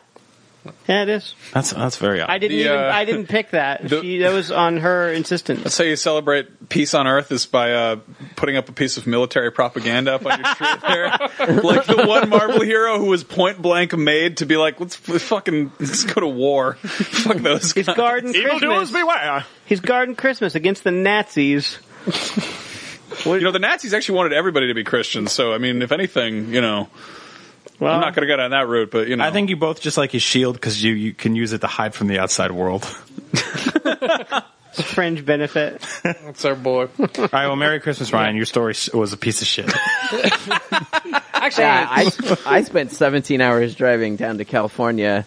S3: yeah, it is.
S8: That's that's very odd.
S3: I didn't
S5: The,
S3: even
S5: uh,
S3: I didn't pick that.
S5: the-
S3: she, that was on her insistence.
S5: That's how you celebrate peace on Earth is by uh, putting up a piece of military propaganda up on your tree there, like the one Marvel hero who was point blank made to be like, let's f- fucking let's go to war. Fuck those
S3: His
S5: guys.
S3: garden Christmas.
S2: beware.
S3: His garden Christmas against the Nazis.
S5: You know, the Nazis actually wanted everybody to be Christian. So I mean, if anything, you know,
S3: Well,
S5: I'm not going to go down that route. But you know,
S8: I think you both just like his shield because you, you can use it to hide from the outside world.
S3: it's a fringe benefit.
S7: That's our boy.
S8: All right, well, Merry Christmas, Ryan. Your story s- was a piece of shit.
S7: Actually,
S4: Yeah, I, I spent 17 hours driving down to California,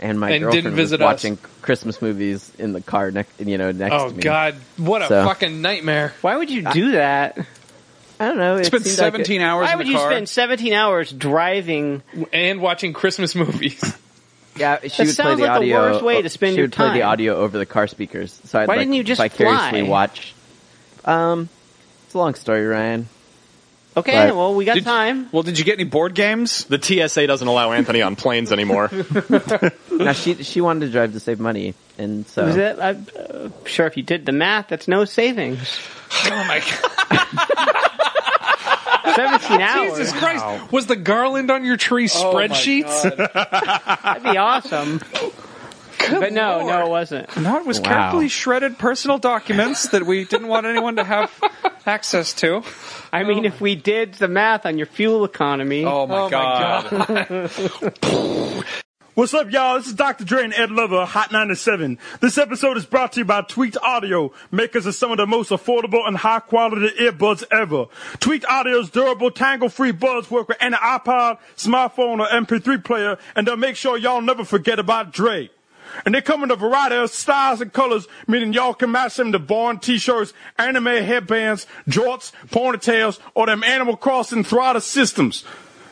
S4: and my
S7: And didn't
S4: girlfriend
S7: visit us.
S4: was watching Christmas movies in the car next, you know, next
S7: oh
S4: to me.
S7: god, what a
S4: So-
S7: fucking nightmare.
S3: Why would you do that?
S4: I don't know. It
S5: it's been
S4: seemed like
S5: 17
S4: it-
S5: hours
S3: Why
S5: in
S3: would
S5: the
S3: you
S5: car.
S3: spend 17 hours driving?
S7: And watching Christmas movies.
S4: yeah, she would play
S3: sounds
S4: the
S3: like the
S4: audio.
S3: worst way to spend
S4: she
S3: your
S4: would play the
S3: time.
S4: audio over the car speakers. So I'd
S3: Why
S4: like
S3: didn't you just
S4: vicariously
S3: fly?
S4: watch. Um, it's a long story, Ryan.
S3: Okay,
S4: Right.
S3: well, we got
S5: Did-
S3: time.
S5: well, did you get any board games?
S2: The TSA doesn't allow Anthony on planes anymore.
S4: Now she she wanted to drive to save money, and so
S3: Is that, I'm uh, sure if you did the math, that's no savings.
S7: oh my god,
S3: 17 hours.
S7: Jesus Christ! Was the garland on your tree spreadsheets?
S3: That'd be awesome. but no, no, it wasn't.
S5: No, it was
S4: Wow. carefully
S5: shredded personal documents that we didn't want anyone to have access to.
S3: I mean, if we did the math on your fuel economy,
S5: Oh my god.
S1: What's up, y'all? This is Dr. Dre and Ed Lover, Hot 97. This episode is brought to you by Tweaked Audio, makers of some of the most affordable and high quality earbuds ever. Tweaked Audio's durable, tangle-free buds work with any iPod, smartphone, or MP3 player, and they'll make sure y'all never forget about Dre. And they come in a variety of styles and colors, meaning y'all can match them to barn t-shirts, anime headbands, jorts, ponytails, or them Animal Crossing throttle systems.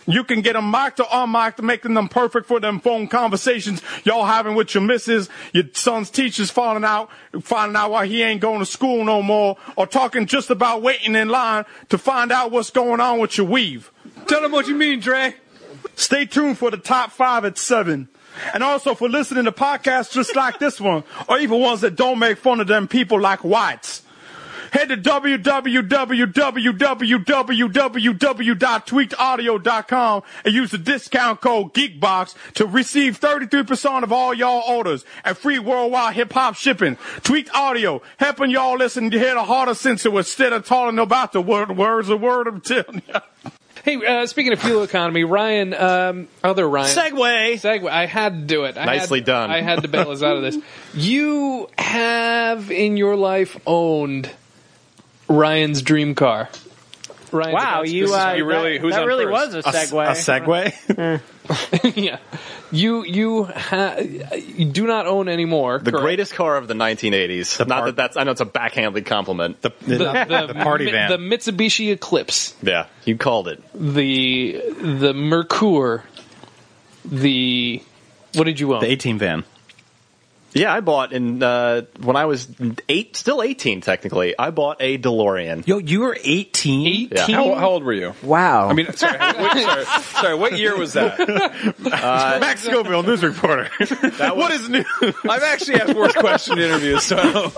S1: You can get them mic'd or unmic'd, making them perfect for them phone conversations y'all having with your missus, your son's teachers falling out, finding out why he ain't going to school no more, or talking just about waiting in line to find out what's going on with your weave.
S6: Tell him what you mean, Dre.
S1: Stay tuned for the top five at seven. And also for listening to podcasts just like this one, or even ones that don't make fun of them people like whites. Head to www.tweakedaudio.com and use the discount code GeekBox to receive 33% of all y'all orders and free worldwide hip hop shipping. Tweaked Audio, helping y'all listen to hear the harder sense of instead of talking about the word, words, the word of telling you.
S7: Hey, uh, speaking of fuel economy, Ryan, um, other Ryan,
S8: Segway.
S7: segue. I had to do it. I
S2: Nicely
S7: had,
S2: done.
S7: I had to bail us out of this. You have in your life owned Ryan's dream car. Ryan's
S3: Wow,
S7: announced
S3: you,
S7: this-
S3: uh,
S5: you really-
S3: that,
S5: who's
S3: that
S5: on
S3: really
S5: first?
S3: was a
S8: A, s- a
S3: segue.
S8: Segway.
S7: yeah, you you, ha- you do not own anymore.
S2: The greatest car of the 1980s. Not
S8: par-
S2: that that's, I know it's a backhanded compliment.
S8: The, the, the, party
S7: Mi-
S8: van.
S7: the Mitsubishi Eclipse,
S2: yeah, you called it.
S7: the the Mercure, the what did you own?
S8: the 18 van.
S2: Yeah, I bought in, uh, when I was eight, still 18 technically, I bought a DeLorean.
S8: Yo, you were 18?
S2: Yeah.
S5: How, how old were you?
S4: Wow.
S5: I mean, sorry, what, sorry, sorry, what year was that?
S2: Uh,
S8: Max Scoville, news reporter.
S2: What is new?
S5: I've actually asked worse question in interviews, so I don't-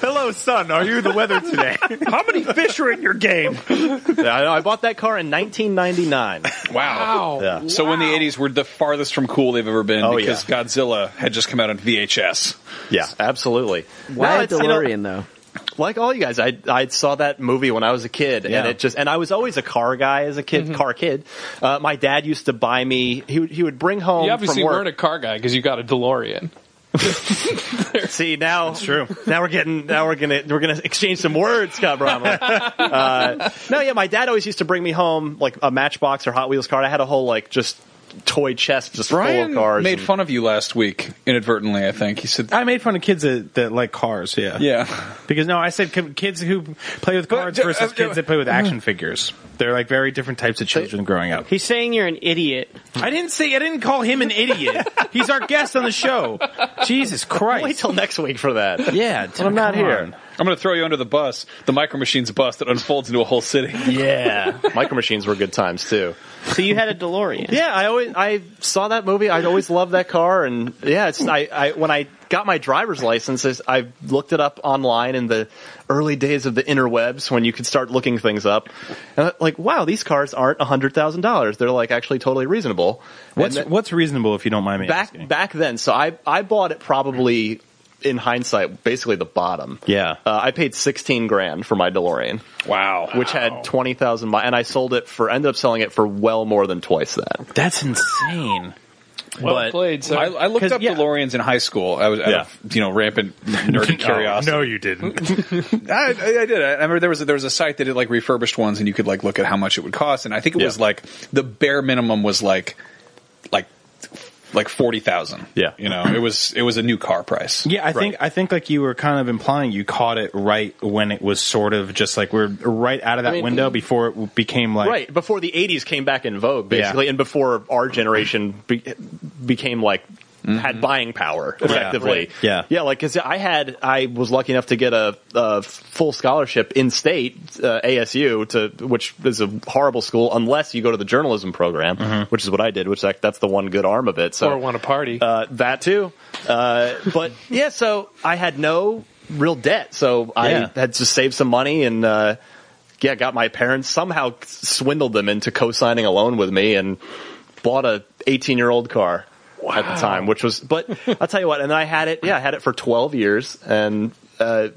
S8: Hello, son. Are you the weather today?
S1: How many fish are in your game?
S2: I, know, I bought that car in 1999.
S5: wow.
S2: Yeah.
S5: So when the '80s were the farthest from cool they've ever been
S2: Oh,
S5: because
S2: yeah.
S5: Godzilla had just come out on VHS.
S2: Yeah, absolutely.
S4: Why
S2: No,
S4: a
S2: it's, you know,
S4: DeLorean though?
S2: like all you guys, I I saw that movie when I was a kid,
S8: Yeah.
S2: and it just and I was always a car guy as a kid, car kid. Uh, my dad used to buy me. He would- he would bring home
S7: you obviously
S2: from work.
S7: weren't a car guy because you got a DeLorean.
S2: See now, true. Now we're getting. Now we're gonna we're gonna exchange some words, Scott Bromley. Uh, no, yeah, my dad always used to bring me home like a Matchbox or Hot Wheels car. I had a whole like just toy chest just
S5: Brian
S2: full of cars.
S5: made
S2: and-
S5: fun of Ah. you last week inadvertently. I think he said,
S8: I made fun of kids that, that like cars, yeah.
S5: "Yeah,
S8: Because no, I said ki- kids who play with cards
S5: d-
S8: versus
S5: uh,
S8: kids that play with action figures. They're like very different types of children growing up.
S3: He's saying you're an idiot.
S8: I didn't say I didn't call him an idiot. He's our guest on the show. Jesus Christ.
S2: Wait till next week for that.
S8: yeah, dude,
S2: I'm not
S8: come
S2: here.
S8: on.
S5: I'm going to throw you under the bus, the Micro Machines bus that unfolds into a whole city."
S2: Yeah, micro machines were good times too.
S3: So you had a DeLorean.
S2: Yeah, I always I saw that movie. I always loved that car, and yeah, it's I, I when I got my driver's license, is- I looked it up online in the early days of the interwebs when you could start looking things up, and I, like wow, these cars aren't hundred thousand dollars. They're like actually totally reasonable. And
S8: What's
S2: th-
S8: what's reasonable if you don't mind me
S2: back
S8: asking?
S2: back then? So I I bought it probably in hindsight, basically the bottom.
S8: Yeah.
S2: uh, I paid sixteen grand for my DeLorean,
S5: Wow,
S2: which had twenty thousand miles, and I sold it for ended up selling it for well more than twice that.
S8: That's insane.
S7: Well
S8: But-
S7: played. So
S5: I, I looked
S8: 'Cause,
S5: up
S8: yeah.
S5: DeLoreans in high school. I was, out
S2: Yeah.
S5: of, you know, rampant nerd curiosity.
S1: Oh, No, you didn't.
S5: I, I, I did. I remember there was a, there was a site that did like refurbished ones, and you could like look at how much it would cost. And I think it
S2: Yeah.
S5: was like the bare minimum was like like like forty thousand.
S2: Yeah.
S5: you know, it was it was a new car price.
S8: Yeah, I think I think like you were kind of implying you caught it right when it was sort of just like we're right out of that
S2: mean-
S8: window before it became like
S2: right before the 80s came back in vogue
S8: Yeah.
S2: basically and before our generation be- became like had buying power effectively
S8: Mm-hmm. right. Yeah.
S2: yeah like because i had i was lucky enough to get a, a full scholarship in state uh, asu to which is a horrible school unless you go to the journalism program
S8: Mm-hmm.
S2: which is what i did which that, that's the one good arm of it so
S7: or want to party.
S2: uh, that too. Uh, but yeah, so I had no real debt, so I
S8: Yeah.
S2: had to save some money and uh, yeah, got my parents somehow swindled them into co-signing a loan with me and bought a 18 year old car at the time, which was. But I'll tell you what, and I had it. Yeah, I had it for 12 years and uh,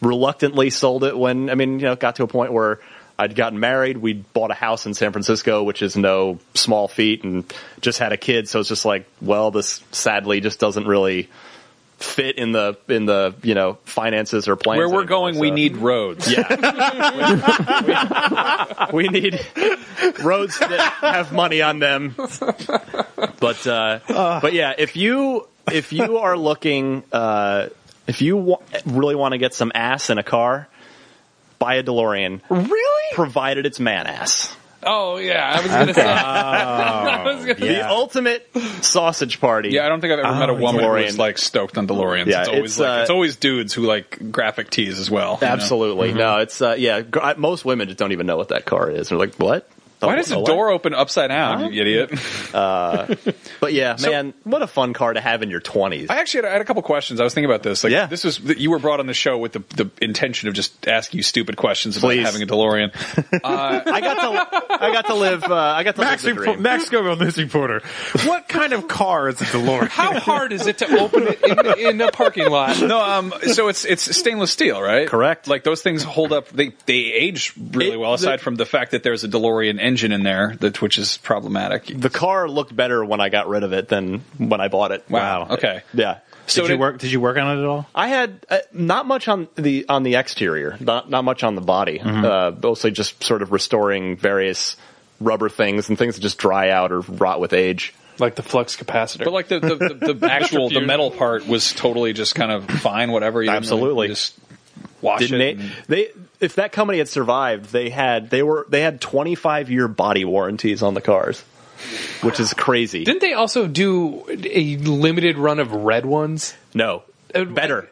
S2: reluctantly sold it when I mean, you know, it got to a point where. I'd gotten married. We'd bought a house in San Francisco, which is no small feat, and just had a kid. So it's just like, well, this sadly just doesn't really fit in the in the you know finances or plans.
S5: Where we're
S2: anymore.
S5: going, we
S2: So-
S5: need roads.
S2: yeah. we we need roads that have money on them. But uh, but yeah, if you if you are looking uh, if you wa- really want to get some ass in a car, buy a DeLorean,
S7: Really?
S2: provided it's man ass.
S7: Oh yeah, I was gonna say. I was gonna say.
S2: The ultimate sausage party.
S5: Yeah, I don't think I've ever met a woman who
S2: Ah, DeLorean.
S5: was like stoked on DeLoreans.
S2: Yeah,
S5: it's always
S2: it's,
S5: like
S2: uh,
S5: it's always dudes who like graphic tees as well. you know? Mm-hmm.
S2: Absolutely. No, it's uh, yeah. gr- I- Most women just don't even know what that car is. They're like, what?
S5: Why does the
S2: What?
S5: door open upside down, you idiot?
S2: But yeah, man, what a fun car to have in your twenties.
S5: I actually had, I had a couple questions. I was thinking about this. Like,
S2: Yeah.
S5: this was you were brought on the show with the, the intention of just asking you stupid questions about
S2: Please.
S5: having a DeLorean.
S2: I got to I got to live uh, I got to
S8: Max,
S2: live the
S8: Repo-
S2: dream.
S8: Max Scoville, news reporter. What kind of car is a DeLorean?
S7: How hard is it to open it in, in a parking lot?
S5: no, um, so it's it's stainless steel, right?
S2: Correct.
S5: Like those things hold up. They they age really
S2: It-
S5: well. Aside
S2: the-
S5: from the fact that there's a DeLorean engine in there, that which is problematic.
S2: The car looked better when I got rid of it than when I bought it.
S5: Wow. Okay.
S2: Yeah.
S5: so
S8: did you
S5: did-
S8: work? Did you work on it at all?
S2: I had uh, not much on the on the exterior, not not much on the body.
S8: Mm-hmm.
S2: Uh, mostly just sort of restoring various rubber things and things that just dry out or rot with age.
S7: Like the flux capacitor.
S5: But like the the, the, the actual the metal part was totally just kind of fine, whatever. You didn't
S2: Absolutely.
S5: really- you just wash
S2: Didn't
S5: it.
S2: they,
S5: and-
S2: they? If that company had survived, they had they were they had twenty five year body warranties on the cars, which is crazy.
S7: Didn't they also do a limited run of red ones?
S2: No,
S7: Uh,
S2: better.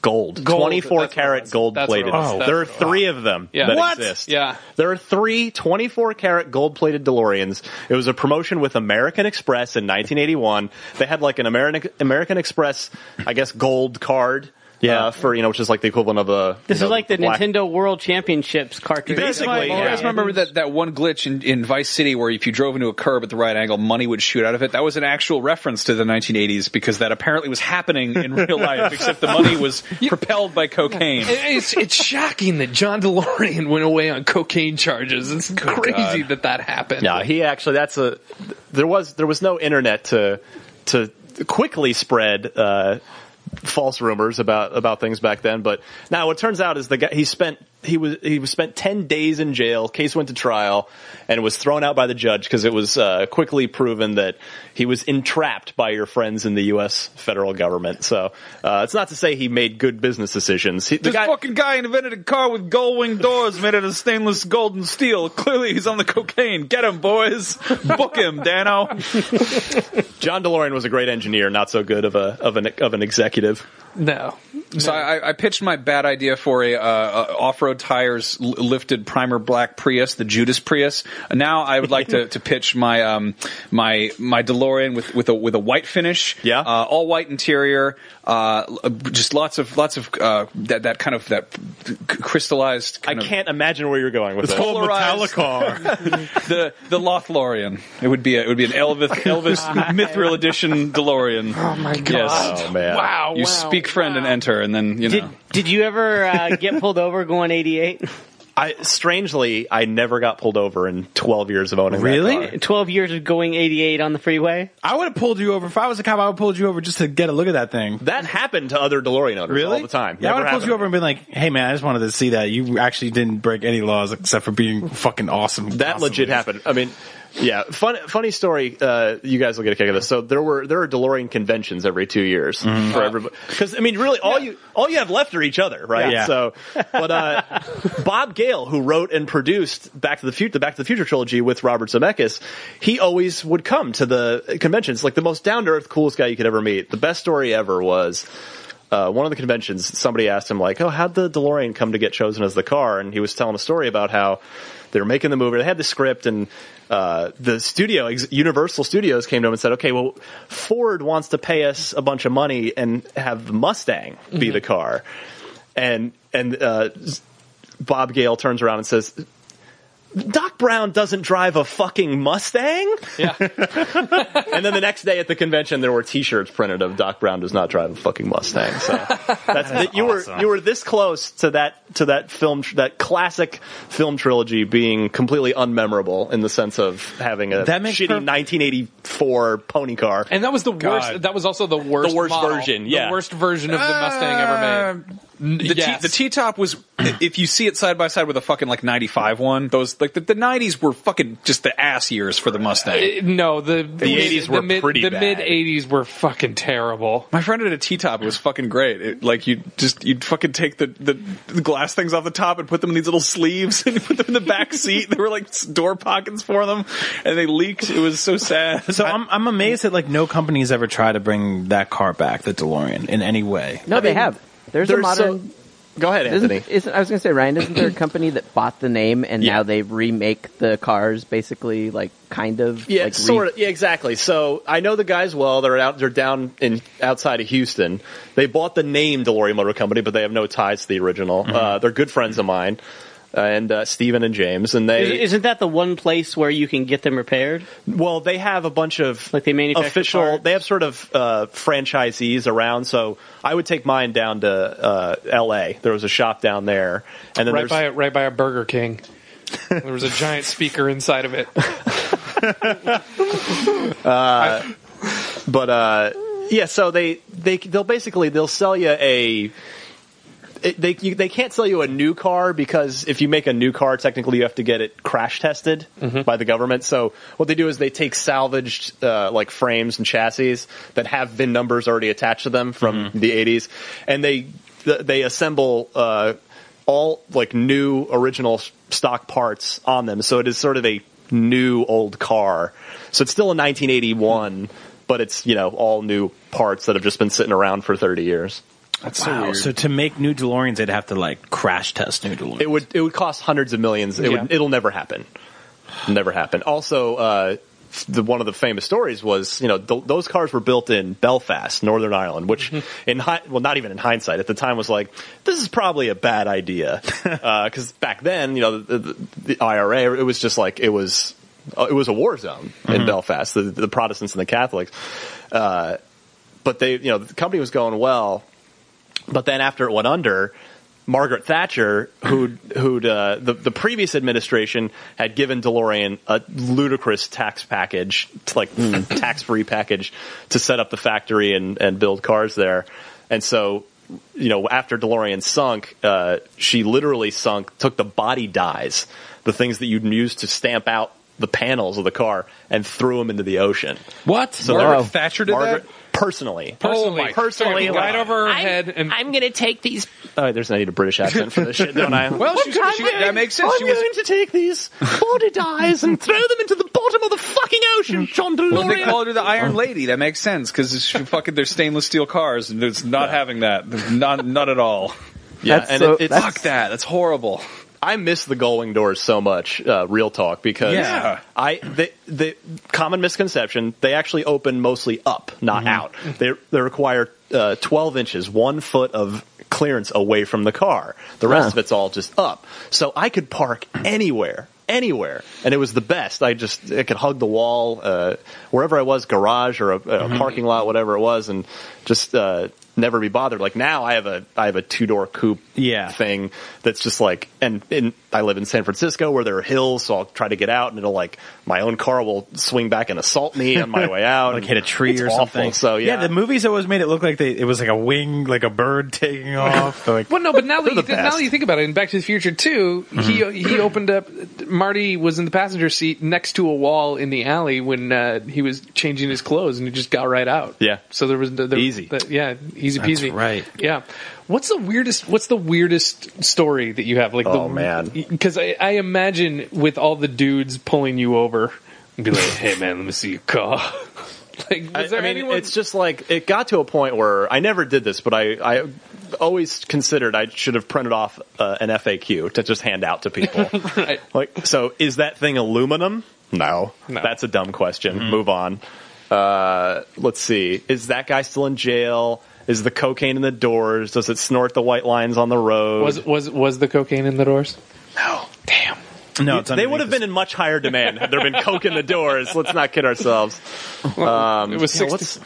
S2: Gold,
S7: Gold,
S2: twenty-four
S7: that's what it
S2: carat
S7: was.
S2: gold
S7: That's what it
S2: plated.
S7: was. Oh.
S2: there are
S7: That's what it
S2: three of them
S7: Yeah.
S2: that
S7: What?
S2: exist.
S7: Yeah.
S2: there are three 24 carat gold plated DeLoreans. It was a promotion with American Express in 1981. They had like an American American Express, I guess, gold card. Yeah, for you know, which is like the equivalent of a.
S3: This
S2: you know,
S3: is like the
S2: black-
S3: Nintendo World Championships cartridge.
S2: Basically,
S5: Well, I
S2: yeah.
S5: just remember that, that one glitch in, in Vice City where if you drove into a curb at the right angle, money would shoot out of it. That was an actual reference to the 1980s because that apparently was happening in real life, except the money was propelled by cocaine.
S7: It- It's it's shocking that John DeLorean went away on cocaine charges. It's crazy that that happened.
S2: No, he actually. That's a. There was there was no internet to to quickly spread uh, false rumors about about things back then. But now what turns out is the guy he spent he was he was spent ten days in jail. Case went to trial and was thrown out by the judge because it was uh, quickly proven that he was entrapped by your friends in the U.S. federal government. So uh, it's not to say he made good business decisions. He, the
S5: This
S2: guy,
S5: fucking guy invented a car with gold wing doors made out of stainless gold and steel. Clearly, he's on the cocaine. Get him, boys. Book him, Dano.
S2: John DeLorean was a great engineer, not so good of a of an of an executive.
S7: No.
S5: So I, I pitched my bad idea for a, uh, uh off-road tires l- lifted primer black Prius, the Judas Prius. Now I would like to, to pitch my um my my DeLorean with with a with a white finish.
S2: Yeah.
S5: uh, all white interior. Uh, l- just lots of lots of uh that that kind of that c- crystallized.
S2: I
S5: Kind of,
S2: can't imagine where you're going with this.
S5: Full polarized- the the Lothlorien. It would be a, it would be an Elvis Elvis Mithril edition DeLorean.
S7: Oh my god.
S2: Oh, man.
S7: Wow.
S5: you
S7: wow,
S5: speak friend and enter, and then you know.
S3: Did, did you ever uh, get pulled over going 88?
S2: I strangely, I never got pulled over in 12 years of owning. that car.
S3: 12 Uh, years of going 88 on the freeway?
S8: I would have pulled you over if I was a cop. I would have pulled you over just to get a look at that thing.
S2: That happened to other DeLorean owners all the time.
S8: Yeah, I
S2: Never
S8: would have
S2: happened
S8: pulled you
S2: to
S8: over and been like, "Hey, man, I just wanted to see that you actually didn't break any laws except for being fucking awesome."
S2: that
S8: Awesome.
S2: legit happened. I mean, yeah, fun funny story. Uh, you guys will get a kick out of this. So there were there are DeLorean conventions every two years
S8: Mm-hmm.
S2: for everybody. Because I mean, really, all you all you have left are each other, right?
S8: Yeah.
S2: So, but uh, Bob Gale, who wrote and produced Back to the Future, the Back to the Future trilogy with Robert Zemeckis, he always would come to the conventions. Like the most down to earth, coolest guy you could ever meet. The best story ever was uh, one of the conventions, somebody asked him like, "Oh, how'd the DeLorean come to get chosen as the car?" And he was telling a story about how they were making the movie. They had the script, and uh, the studio, ex- Universal Studios, came to him and said, "Okay, well, Ford wants to pay us a bunch of money and have the Mustang be the car." And and uh, Bob Gale turns around and says, Doc Brown doesn't drive a fucking Mustang.
S7: Yeah.
S2: And then the next day at the convention, there were T-shirts printed of Doc Brown does not drive a fucking Mustang. So that's you were you were this close to that to that film tr- that classic film trilogy being completely unmemorable in the sense of having a
S8: That makes
S2: shitty
S8: per-
S2: 1984 pony car.
S7: And that was the worst.
S5: God.
S7: That was also the worst.
S2: The worst
S7: model.
S2: version,
S7: The
S2: yeah.
S7: worst version of the Mustang ever made.
S5: The
S7: yes.
S5: T, the T top was if you see it side by side with a fucking like ninety five one. Those like the, the 90s were fucking just the ass years for the Mustang.
S7: It- Uh, no, the the,
S5: 80s were
S7: mid,
S5: pretty
S7: The
S5: bad.
S7: mid '80s were fucking terrible.
S5: My friend had a T top. It was fucking great. It, like you just you'd fucking take the, the the glass things off the top and put them in these little sleeves and put them in the back seat. There were like s- door pockets for them, and they leaked. It was so sad.
S8: So I'm I'm amazed that like no company has ever tried to bring that car back, the DeLorean, in any way.
S4: No, they have. There's, a
S2: There's
S4: modern.
S2: so- go ahead,
S4: isn't,
S2: Anthony.
S4: isn't- I was going to say, Ryan, isn't there a company that bought the name and
S2: Yeah.
S4: now they remake the cars basically, like kind of?
S2: Yeah,
S4: like,
S2: sort of. Yeah, exactly. So I know the guys well. They're out. They're down in outside of Houston. They bought the name DeLorean Motor Company, but they have no ties to the original. Uh, they're good friends of mine, uh, and uh, Steven and James. And they
S3: Isn't that the one place where you can get them repaired?
S2: well, they have a bunch of
S3: Like they manufacture
S2: official.
S3: parts?
S2: They have sort of uh, franchisees around. So I would take mine down to uh, L.A. There was a shop down there, and then
S7: Right
S2: there's
S7: by right by a Burger King. There was a giant speaker inside of it.
S2: but uh, yeah, so they they they'll basically they'll sell you a. It, they you, they can't sell you a new car because if you make a new car, technically you have to get it crash tested by the government. So what they do is they take salvaged uh, like frames and chassis that have VIN numbers already attached to them from the '80s, and they th- they assemble uh, all like new original s- stock parts on them. So it is sort of a new old car. So it's still a 1981, but it's you know all new parts that have just been sitting around for 30 years.
S5: That's
S8: wow. So to make new DeLoreans, they'd have to like crash test new DeLoreans.
S2: It would it would cost hundreds of millions. It would
S7: Yeah.
S2: it'll never happen. Never happen. Also, uh, the one of the famous stories was you know th- those cars were built in Belfast, Northern Ireland, which in hi- well not even in hindsight at the time was like this is probably a bad idea because back then you know the, the, the IRA it was just like it was uh, it was a war zone in Belfast the, the Protestants and the Catholics. Uh, but they, you know, the company was going well, but then after it went under, Margaret Thatcher, who'd, who'd uh, the, the previous administration had given DeLorean a ludicrous tax package, t- like tax free package, to set up the factory and, and build cars there. And so, you know, after DeLorean sunk, uh, she literally sunk, took the body dies, the things that you'd use to stamp out the panels of the car, and threw them into the ocean.
S8: what?
S2: So
S5: Margaret
S2: there-
S5: Thatcher did
S2: Margaret, Oh
S5: that?
S2: personally.
S7: Personally,
S2: personally,
S7: right
S2: wow.
S7: over her head and
S3: gonna take these.
S2: Oh, there's I need a British accent for this shit, don't I?
S5: Well, she's, she, that makes sense. She was
S2: to take these body dyes and throw them into the bottom of the fucking ocean, John
S5: Well, they called her the Iron Lady. That makes sense because fucking they're stainless steel cars, and it's not having that. Not not at all.
S2: Yeah,
S4: That's
S2: and
S4: so-
S2: it, it's,
S4: that's-
S5: Fuck that. That's horrible.
S2: I miss the Gullwing doors so much. Uh, real talk, because
S5: Yeah.
S2: I the the common misconception they actually open mostly up, not out. They they require uh, twelve inches, one foot of clearance away from the car. The rest
S4: Huh.
S2: of it's all just up. So I could park anywhere, anywhere, and it was the best. I just I could hug the wall uh, wherever I was, garage or a, a parking lot, whatever it was, and just. Uh, Never be bothered. Like now, I have a I have a two door coupe
S8: Yeah.
S2: thing that's just like and in I live in San Francisco where there are hills, so I'll try to get out and it'll like my own car will swing back and assault me on my way out.
S8: like hit a tree
S2: It's
S8: or
S2: awful.
S8: something.
S2: So yeah,
S8: the movies always made it look like they it was like a wing, like a bird taking off. They're like
S7: Well, no, but now that, you,
S2: the
S7: now
S2: best. Mm-hmm.
S7: that you think about it, in Back to the Future too, he he opened up. Marty was in the passenger seat next to a wall in the alley when uh, he was changing his clothes, and he just got right out.
S2: Yeah.
S7: So there was the, there,
S2: Easy.
S7: the- yeah, easy peasy.
S8: right.
S7: Yeah. What's the weirdest? What's the weirdest story that you have? Like,
S2: Oh,
S7: the,
S2: man.
S7: because I, I imagine with all the dudes pulling you over, and be like, "Hey, man, let me see your car." like, was
S2: I,
S7: there
S2: I mean,
S7: anyone?
S2: it's just like it got to a point where I never did this, but I, I always considered I should have printed off uh, an FAQ to just hand out to people.
S7: Right.
S2: Like, so is that thing aluminum? No,
S7: No.
S2: that's a dumb question. Move on. Uh, let's see. Is that guy still in jail? Is the cocaine in the doors? Does it snort the white lines on the road?
S7: was was was the cocaine in the doors?
S2: no.
S7: Damn.
S8: No, it's
S2: they would have
S8: underneath
S2: been in much higher demand had there been coke in the doors. Let's not kid ourselves. Um,
S7: it was
S2: yeah,
S7: 60
S2: what's,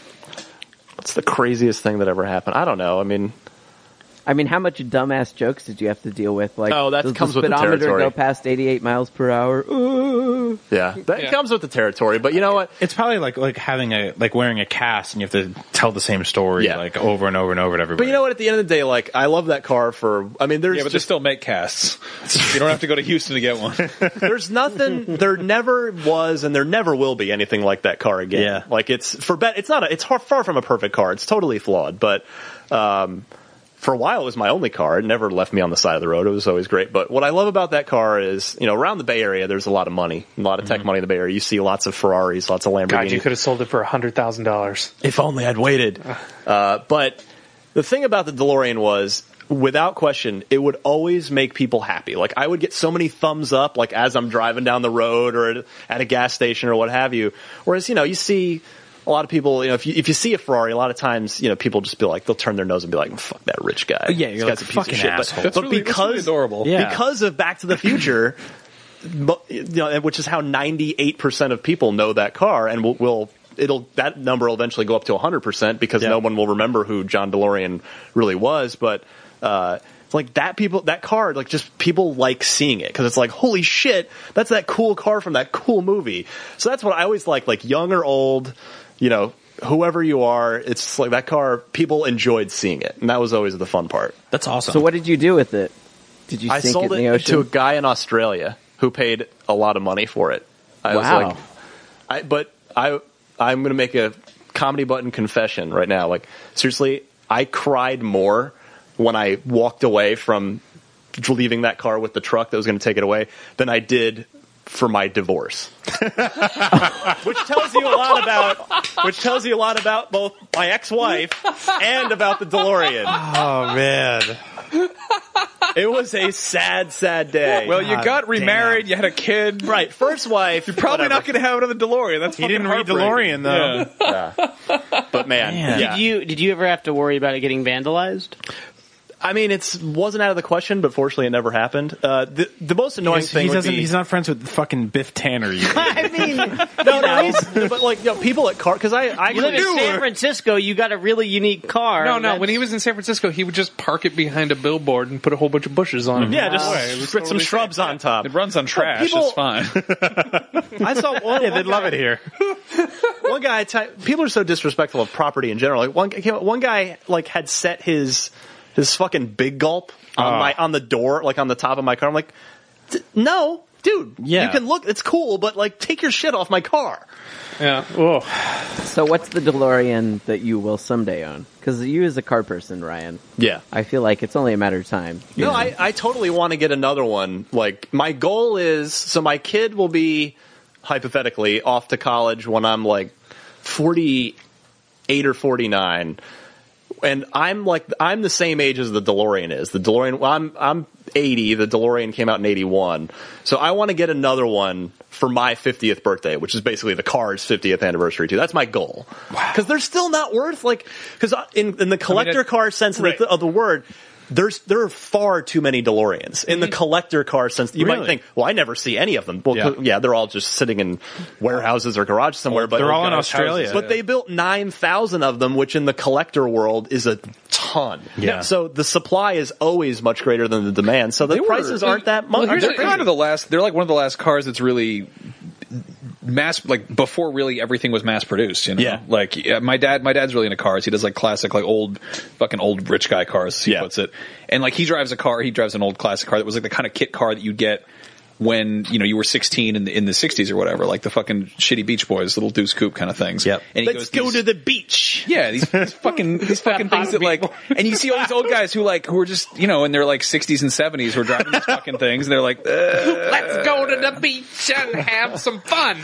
S2: what's the craziest thing that ever happened? I don't know. I mean,
S4: I mean, how much dumbass jokes did you have to deal with? Like,
S2: Oh, that
S4: does
S2: comes
S4: the
S2: with the
S4: speedometer
S2: territory.
S4: go past 88 miles per hour? Ooh.
S2: yeah, that
S7: Yeah.
S2: comes with the territory. But you know what?
S8: It's probably like like having a like wearing a cast and you have to tell the same story
S2: Yeah.
S8: like over and over and over to
S2: But
S8: everybody.
S2: you know what? At the end of the day, like I love that car for. I mean, there's
S5: Yeah, but they
S2: just
S5: still make casts. You don't have to go to Houston to get one.
S2: there's nothing. There never was, and there never will be anything like that car again.
S8: Yeah.
S2: Like it's for bet. It's not. A, it's har- far from a perfect car. It's totally flawed. But um, for a while, it was my only car. It never left me on the side of the road. It was always great. But what I love about that car is, you know, around the Bay Area, there's a lot of money, a lot of tech money in the Bay Area. You see lots of Ferraris, lots of Lamborghinis.
S7: Mm-hmm. God, you could have sold it for hundred thousand dollars.
S2: If only I'd waited. Uh, but the thing about the DeLorean was, without question, it would always make people happy. Like I would get so many thumbs up, like as I'm driving down the road or at- at a gas station or what have you. Whereas you know you see. A lot of people, you know, if you if you see a Ferrari, a lot of times, you know, people just be like, they'll turn their nose and be like, "Fuck that rich guy."
S8: Yeah,
S2: This
S8: you're
S2: guy's
S8: like,
S2: a piece
S8: "Fucking
S2: of shit.
S8: asshole.
S2: But,
S5: That's
S2: but
S5: really- that's
S2: because
S5: really adorable.
S8: Yeah.
S2: because of Back to the Future, mo- you know, which is how 98% of people know that car and will, will it'll that number will eventually go up to 100% because no one will remember who John DeLorean really was but uh it's like that people that car like just people like seeing it cuz it's like holy shit that's that cool car from that cool movie so that's what I always like like young or old you know whoever you are it's like that car people enjoyed seeing it and that was always the fun part
S8: That's awesome.
S4: So what did you do with it? Did you
S2: I
S4: sink
S2: sold
S4: it
S2: it
S4: in the
S2: to a
S4: ocean?
S2: guy in Australia who paid a lot of money for it. I
S4: Wow.
S2: was like, I, but I, I'm going to make a comedy button confession right now. Like, seriously, I cried more when I walked away from leaving that car with the truck that was going to take it away than I did for my divorce. which tells you a lot about, which tells you a lot about both my ex-wife and about the DeLorean.
S8: oh man.
S2: It was a sad, sad day.
S5: well, you got remarried, you had a kid.
S2: Right, first wife. You're
S5: Probably not going to have another DeLorean. That's
S8: He didn't read DeLorean though.
S2: But man,
S8: Man.
S2: yeah.
S3: Did you did you ever have to worry about it getting vandalized?
S2: I mean, it's wasn't out of the question, but fortunately, it never happened. Uh, the the most annoying
S8: He's-
S2: thing
S8: he
S2: would
S8: doesn't.
S2: be
S8: He's not friends with fucking Biff Tanner. You
S3: I mean,
S2: no, no, he's- but like you know, people at car because I I
S3: you live in San Francisco, you got a really unique car.
S7: No,
S3: and
S7: no. When
S3: that's-
S7: he was in San Francisco, he would just park it behind a billboard and put a whole bunch of bushes on it.
S2: yeah, just
S7: Wow. It was
S2: spritz some
S7: totally
S2: shrubs on top.
S5: It runs on trash.
S2: people-
S5: it's fine.
S2: I saw one.
S8: they'd love it here.
S2: one guy ty- people are so disrespectful of property in general like one guy came- one guy like had set his his fucking big gulp on my on the door like on the top of my car i'm like "D- no dude
S8: Yeah.
S2: you can look it's cool but like take your shit off my car
S7: Yeah. Oh.
S4: So what's the DeLorean that you will someday own? Because you as a car person, Ryan,
S2: yeah
S4: I feel like it's only a matter of time.
S2: no I, I totally want to get another one like my goal is so my kid will be hypothetically off to college when i'm like 48 or 49 and I'm like I'm the same age as the DeLorean is. The DeLorean well, I'm I'm 80. The DeLorean came out in 81. So I want to get another one for my 50th birthday, which is basically the car's 50th anniversary too. That's my goal. Cuz they're still not worth like cuz in in the collector
S5: it-
S2: car sense of,
S5: right.
S2: the, of the word there's there are far too many DeLoreans in the collector car sense. You might
S8: Really?
S2: think, well, I never see any of them. Well,
S8: Yeah.
S2: yeah, they're all just sitting in warehouses or garages somewhere. But
S8: They're all in
S2: Houses.
S8: Australia.
S2: But they built 9,000 of them, which in the collector world is a ton.
S8: Yeah.
S2: So the supply is always much greater than the demand. So the
S5: were-
S2: prices aren't that
S7: Well,
S2: much.
S7: here's
S5: they're
S7: the thing.
S5: kind of the last. They're like one of the last cars that's really mass like before really everything was mass produced you know
S2: Yeah.
S5: like yeah, my dad my dad's really into cars he does like classic like old fucking old rich guy cars as he
S2: Yeah.
S5: puts it and like he drives a car he drives an old classic car that was like the kind of kit car that you'd get when you know you were 16 in the, in the 60s or whatever like the fucking shitty beach boys little deuce coupe kind of things
S8: Yep.
S5: and he
S2: Let's
S5: goes
S2: go
S5: these-
S2: to the beach.
S5: yeah, these, these fucking these fucking things that like, and you see all these old guys who like who are just you know in their like 60s and 70s who are driving these fucking things, and they're like, "Uh, "Ugh."
S7: Let's go to the beach and have some fun.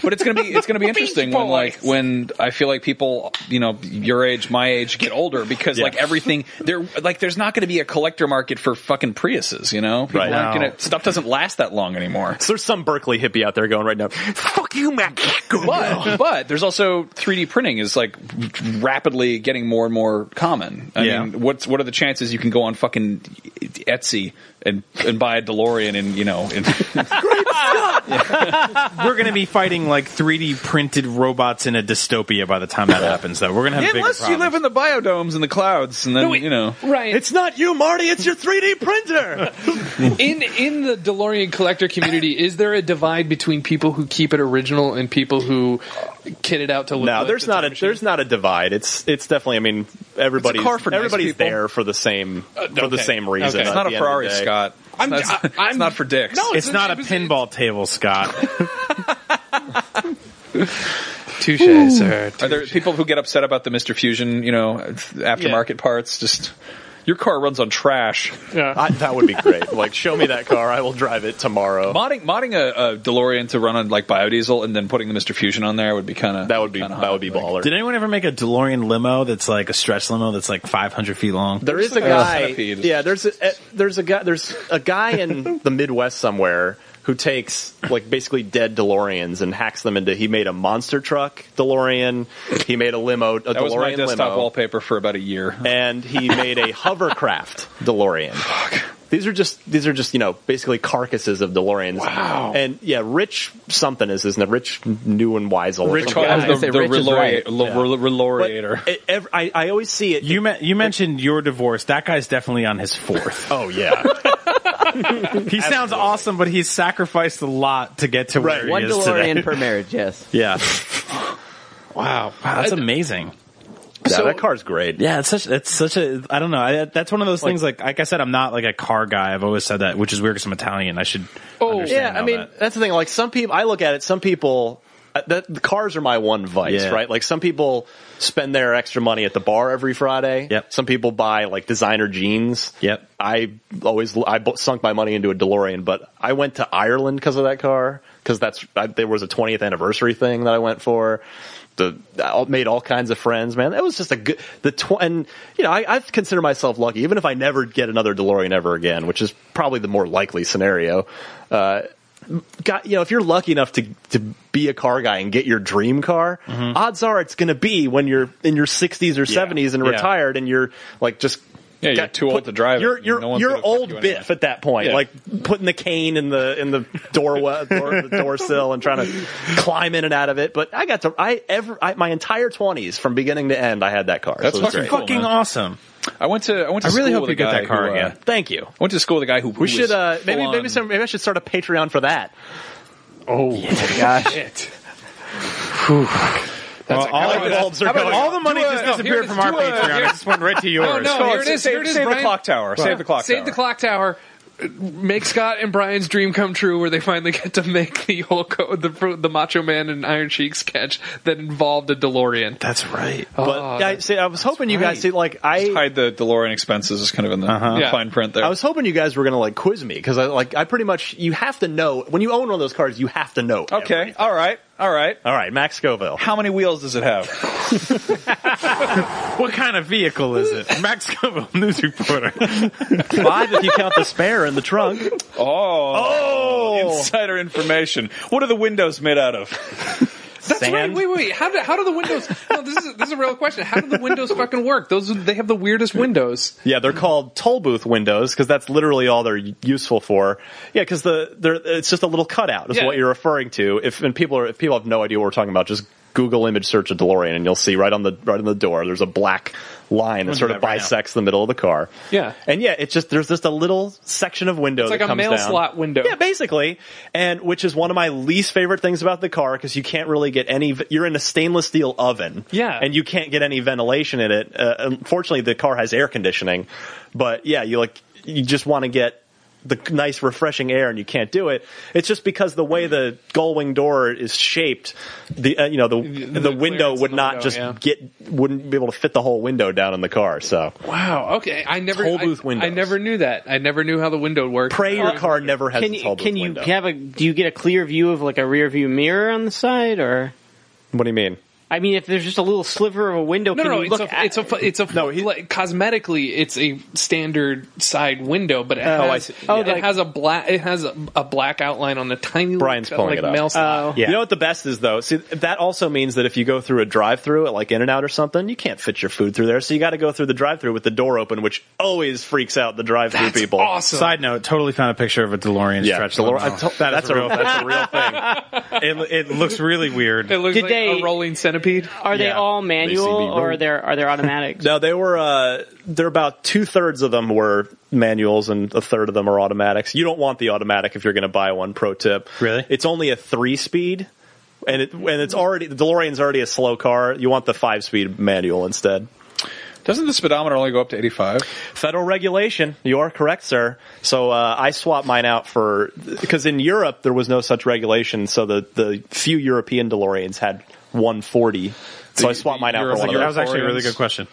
S5: but it's gonna be it's gonna be interesting when like
S7: boys.
S5: when I feel like people you know your age, my age get older because like everything there like there's not gonna be a collector market for fucking Priuses, you know, people
S2: Right.
S5: aren't
S8: No.
S5: gonna stuff doesn't last that long anymore.
S2: So there's some Berkeley hippie out there going right now. Fuck you, Mac. Go
S5: But but there's also 3D printing is like rapidly getting more and more common. I
S2: Yeah.
S5: mean, what's what are the chances you can go on fucking Etsy and and buy a DeLorean and you know in
S8: We're going to be fighting like 3D printed robots in a dystopia by the time that happens, though. We're going to have bigger
S5: unless you
S8: problems.
S5: live in the biodomes and the clouds and then you know
S7: Mm-hmm. Ryan,
S2: It's not you, Marty. It's your 3D printer.
S7: in in the DeLorean collector community, is there a divide between people who keep it original and people who kit it out to look?
S2: no,
S7: like
S2: there's
S7: the
S2: not
S7: time
S2: a
S7: machine?
S2: there's not a divide. It's it's definitely. I mean, everybody's
S5: car for nice
S2: everybody's
S5: people.
S2: there for the same for the
S7: okay.
S2: same reason.
S7: Okay.
S5: it's
S2: at
S5: not a
S2: the end of the
S5: Ferrari,
S2: day.
S5: Scott.
S7: I'm-
S5: That's-
S7: I- I'm-
S5: it's not for dicks.
S7: No,
S8: it's not a pinball table, Scott.
S7: touche, sir.
S5: Are there people who get upset about the Mr. Fusion, you know, aftermarket parts? Just your car runs on trash.
S7: Yeah.
S2: I, that would be great. like, show me that car. I will drive it tomorrow.
S5: Modding modding a, a DeLorean to run on like biodiesel and then putting the Mr. Fusion on there would be kind of
S2: That would be that would be baller.
S8: Did anyone ever make a DeLorean limo that's like a stretch limo that's like 500 feet long?
S2: There is a
S5: like a
S2: guy.
S5: centipede.
S2: yeah, there's a eh, there's a guy there's a guy in the Midwest somewhere who takes like basically dead DeLoreans and hacks them into. He made a monster truck DeLorean. He made a limo, a
S5: That
S2: DeLorean
S5: was my desktop
S2: limo,
S5: wallpaper for about a year.
S2: and he made a hovercraft DeLorean. These are just these are just you know basically carcasses of DeLoreans. Wow. And yeah, Rich something is isn't it? Rich New and Weisel.
S5: Rich calls
S4: I
S5: the,
S4: was
S5: the
S4: gonna say Rich is
S5: Relori-
S4: right.
S5: Lo- Rel-
S2: But
S5: Reloriator.
S2: it- ev- I, I always see it.
S8: You, me- you mentioned your divorce. That guy's definitely on his fourth.
S2: oh yeah.
S8: He sounds awesome, but he's sacrificed a lot to get to where
S2: Right.
S8: he
S4: One
S8: is
S4: DeLorean
S8: today.
S4: per marriage, yes.
S8: yeah,
S7: Wow.
S8: that's amazing.
S2: Yeah, that car's great.
S8: Yeah, it's such it's such a I don't know. I, that's one of those things. Like like I said, I'm not like a car guy. I've always said that, which is weird because I'm Italian. I should.
S7: Oh,
S8: understand
S2: yeah. I
S8: all
S2: mean,
S8: that.
S2: that's the thing. Like some people, I look at it. Some people, uh, that, the cars are my one vice,
S8: Yeah.
S2: right? Like some people spend their extra money at the bar every Friday.
S8: Yep.
S2: Some people buy like designer jeans.
S8: Yep.
S2: I always I bu- sunk my money into a DeLorean, but I went to Ireland because of that car because that's I, there was a 20th anniversary thing that I went for. The I all- made all kinds of friends, man. It was just a good the tw- and you know I, I consider myself lucky, even if I never get another DeLorean ever again, which is probably the more likely scenario. Uh, got you know if you're lucky enough to to be a car guy and get your dream car odds are it's going to be when you're in your 60s or 70s and
S8: Mm-hmm. Yeah.
S2: retired and you're like just
S5: Yeah, you're too old to drive it.
S2: you're you're,
S5: No one's
S2: you're
S5: gonna fuck
S2: old
S5: you anyway.
S2: biff at that point
S5: Yeah.
S2: like putting the cane in the in the doorway door, the door sill and trying to climb in and out of it but i got to i ever I, my entire 20s from beginning to end i had that car
S5: That's
S2: so it was
S5: fucking
S2: great.
S5: cool.
S8: fucking
S5: man.
S8: awesome.
S5: I went to I went to
S8: I really
S5: school
S8: hope
S5: with
S8: you
S5: a
S8: get
S5: guy
S8: that car
S5: who, uh,
S8: again.
S2: thank you
S5: I went to school with a guy who
S2: we should uh maybe maybe some maybe i should start a patreon for that
S4: Gosh.
S8: Well, all,
S2: Light bulbs are going
S8: all the money
S7: Do a-
S8: just
S7: oh,
S8: disappeared
S7: here
S8: from
S7: it
S8: our
S7: is. Do a-
S8: Patreon.
S7: here-
S8: It just went right to yours.
S7: no, here it is.
S5: Oh, Save,
S7: here it is.
S5: save the
S7: Brian.
S5: clock tower. Save the clock.
S7: Save
S5: tower.
S7: the clock tower. Make Scott and Brian's dream come true, where they finally get to make the Hulk, the the Macho Man and Iron Sheik sketch that involved a DeLorean.
S8: That's right.
S7: Oh,
S2: but I,
S7: that's-
S2: uh, see, I was hoping you guys see like I
S5: Hide the DeLorean expenses is kind of in the
S7: Yeah.
S5: fine print there.
S2: I was hoping you guys were gonna like quiz me because I like I pretty much you have to know when you own one of those cars you have to know.
S5: okay. All right. All right.
S2: All right, Max Scoville.
S5: How many wheels does it have?
S8: What kind of vehicle is it? Max Scoville, news reporter.
S2: Five if you count the spare in the trunk.
S5: Oh, insider information. What are the windows made out of?
S7: That's right.
S2: sand.
S7: Wait, wait. How do how do the windows? No, this is this is a real question. How do the windows fucking work? Those they have the weirdest windows.
S2: Yeah, they're called toll booth windows because that's literally all they're useful for. Yeah, because the they're, it's just a little cutout is
S7: Yeah.
S2: what you're referring to. If and people are if people have no idea what we're talking about, just Google image search a DeLorean and you'll see right on the right on the door there's a black line that
S8: do
S2: sort of
S8: that right now.
S2: bisects the middle of the car.
S7: Yeah.
S2: and yeah, it's just there's just a little section of window
S7: It's like
S2: that
S7: a
S2: comes
S7: mail
S2: down.
S7: slot window.
S2: Yeah, basically, and which is one of my least favorite things about the car because you can't really get any. You're in a stainless steel oven.
S7: Yeah.
S2: and you can't get any ventilation in it. Uh, unfortunately, the car has air conditioning, but yeah, you like you just want to get the nice refreshing air and you can't do it. It's just because the way the gullwing door is shaped, the uh, you know the the,
S7: the
S2: window
S7: clearance
S2: would
S7: in the
S2: not
S7: window,
S2: just
S7: yeah.
S2: get wouldn't be able to fit the whole window down in the car. So
S7: Wow. Okay. I never.
S2: Toll
S7: I-
S2: booth windows.
S7: I, never knew that. I never knew how the window worked.
S2: pray your car never has
S3: Can
S2: a
S3: you
S2: tall booth
S3: can you
S2: window.
S3: have a? Do you get a clear view of like a rear view mirror on the side or?
S2: what do you mean?
S3: I mean, if there's just a little sliver of a window,
S7: No,
S3: can
S7: no,
S3: you
S7: it's
S3: look
S7: a,
S3: at
S7: it's a, fu- it's a, like, cosmetically, it's a standard side window, but it has,
S2: I see.
S7: oh, it
S3: like-
S7: has a black, it has a, a black outline on the tiny
S2: Brian's
S7: little,
S2: pulling it
S7: like
S2: up. Uh,
S7: mail slot.
S3: Oh.
S2: Yeah. You know what the best is though? See, that also means that if you go through a drive-through at like In-N-Out or something, you can't fit your food through there. So you got to go through the drive-through with the door open, which always freaks out the drive-through
S7: That's
S2: people.
S7: awesome.
S8: Side note: Totally found a picture of a DeLorean
S2: Yeah,
S8: stretched.
S2: DeLorean-
S8: lemon.
S2: I to- that's
S8: that's
S2: a
S8: a real.
S2: real-
S8: That's a real thing. It, it looks really weird.
S7: It looks
S3: Did
S7: like
S3: they-
S7: a rolling centipede.
S3: Are they
S8: Yeah.
S3: all
S2: They
S3: manual
S2: see me
S3: or
S2: roll.
S3: they're are they automatic?
S2: No, they were. Uh, they're about two thirds of them were manuals, and a third of them are automatics. You don't want the automatic if you're going to buy one. Pro tip:
S8: Really?
S2: it's only a three speed, and it and it's already the DeLorean's already a slow car. You want the five speed manual instead.
S5: Doesn't the speedometer only go up to 85?
S2: Federal regulation. You are correct, sir. So uh, I swapped mine out for because in Europe there was no such regulation. So the the few European DeLoreans had 140. So I swapped mine out for
S5: Euros-
S2: one of those.
S5: Euros-
S8: That was actually a really good question.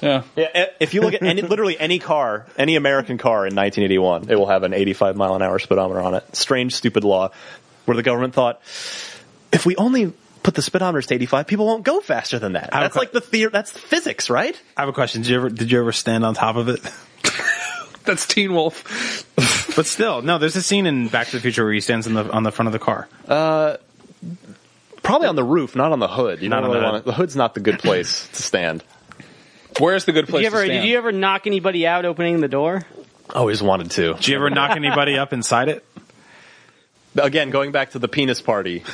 S5: Yeah.
S2: Yeah, i- if you look at any, literally any car, any American car in 1981, it will have an 85 mile an hour speedometer on it. Strange, stupid law where the government thought if we only put the speedometers to 85, people won't go faster than that.
S8: have a
S2: That's
S8: que-
S2: like the theory. That's physics, right?
S8: I have a question. Did you ever did you ever stand on top of it?
S7: That's Teen Wolf.
S8: But still, no. There's a scene in Back to the Future where he stands on the on the front of the car.
S2: Probably on the roof, not on the hood. You
S8: Not
S2: don't
S8: on
S2: really
S8: the
S2: want
S8: hood.
S2: it- the hood's not the good place to stand.
S5: Where's the good
S3: Did
S5: place
S3: you ever
S5: to stand?
S3: did you ever knock anybody out opening the door?
S2: Always wanted to.
S8: Did you ever knock anybody up inside it?
S2: Again, going back to the penis party.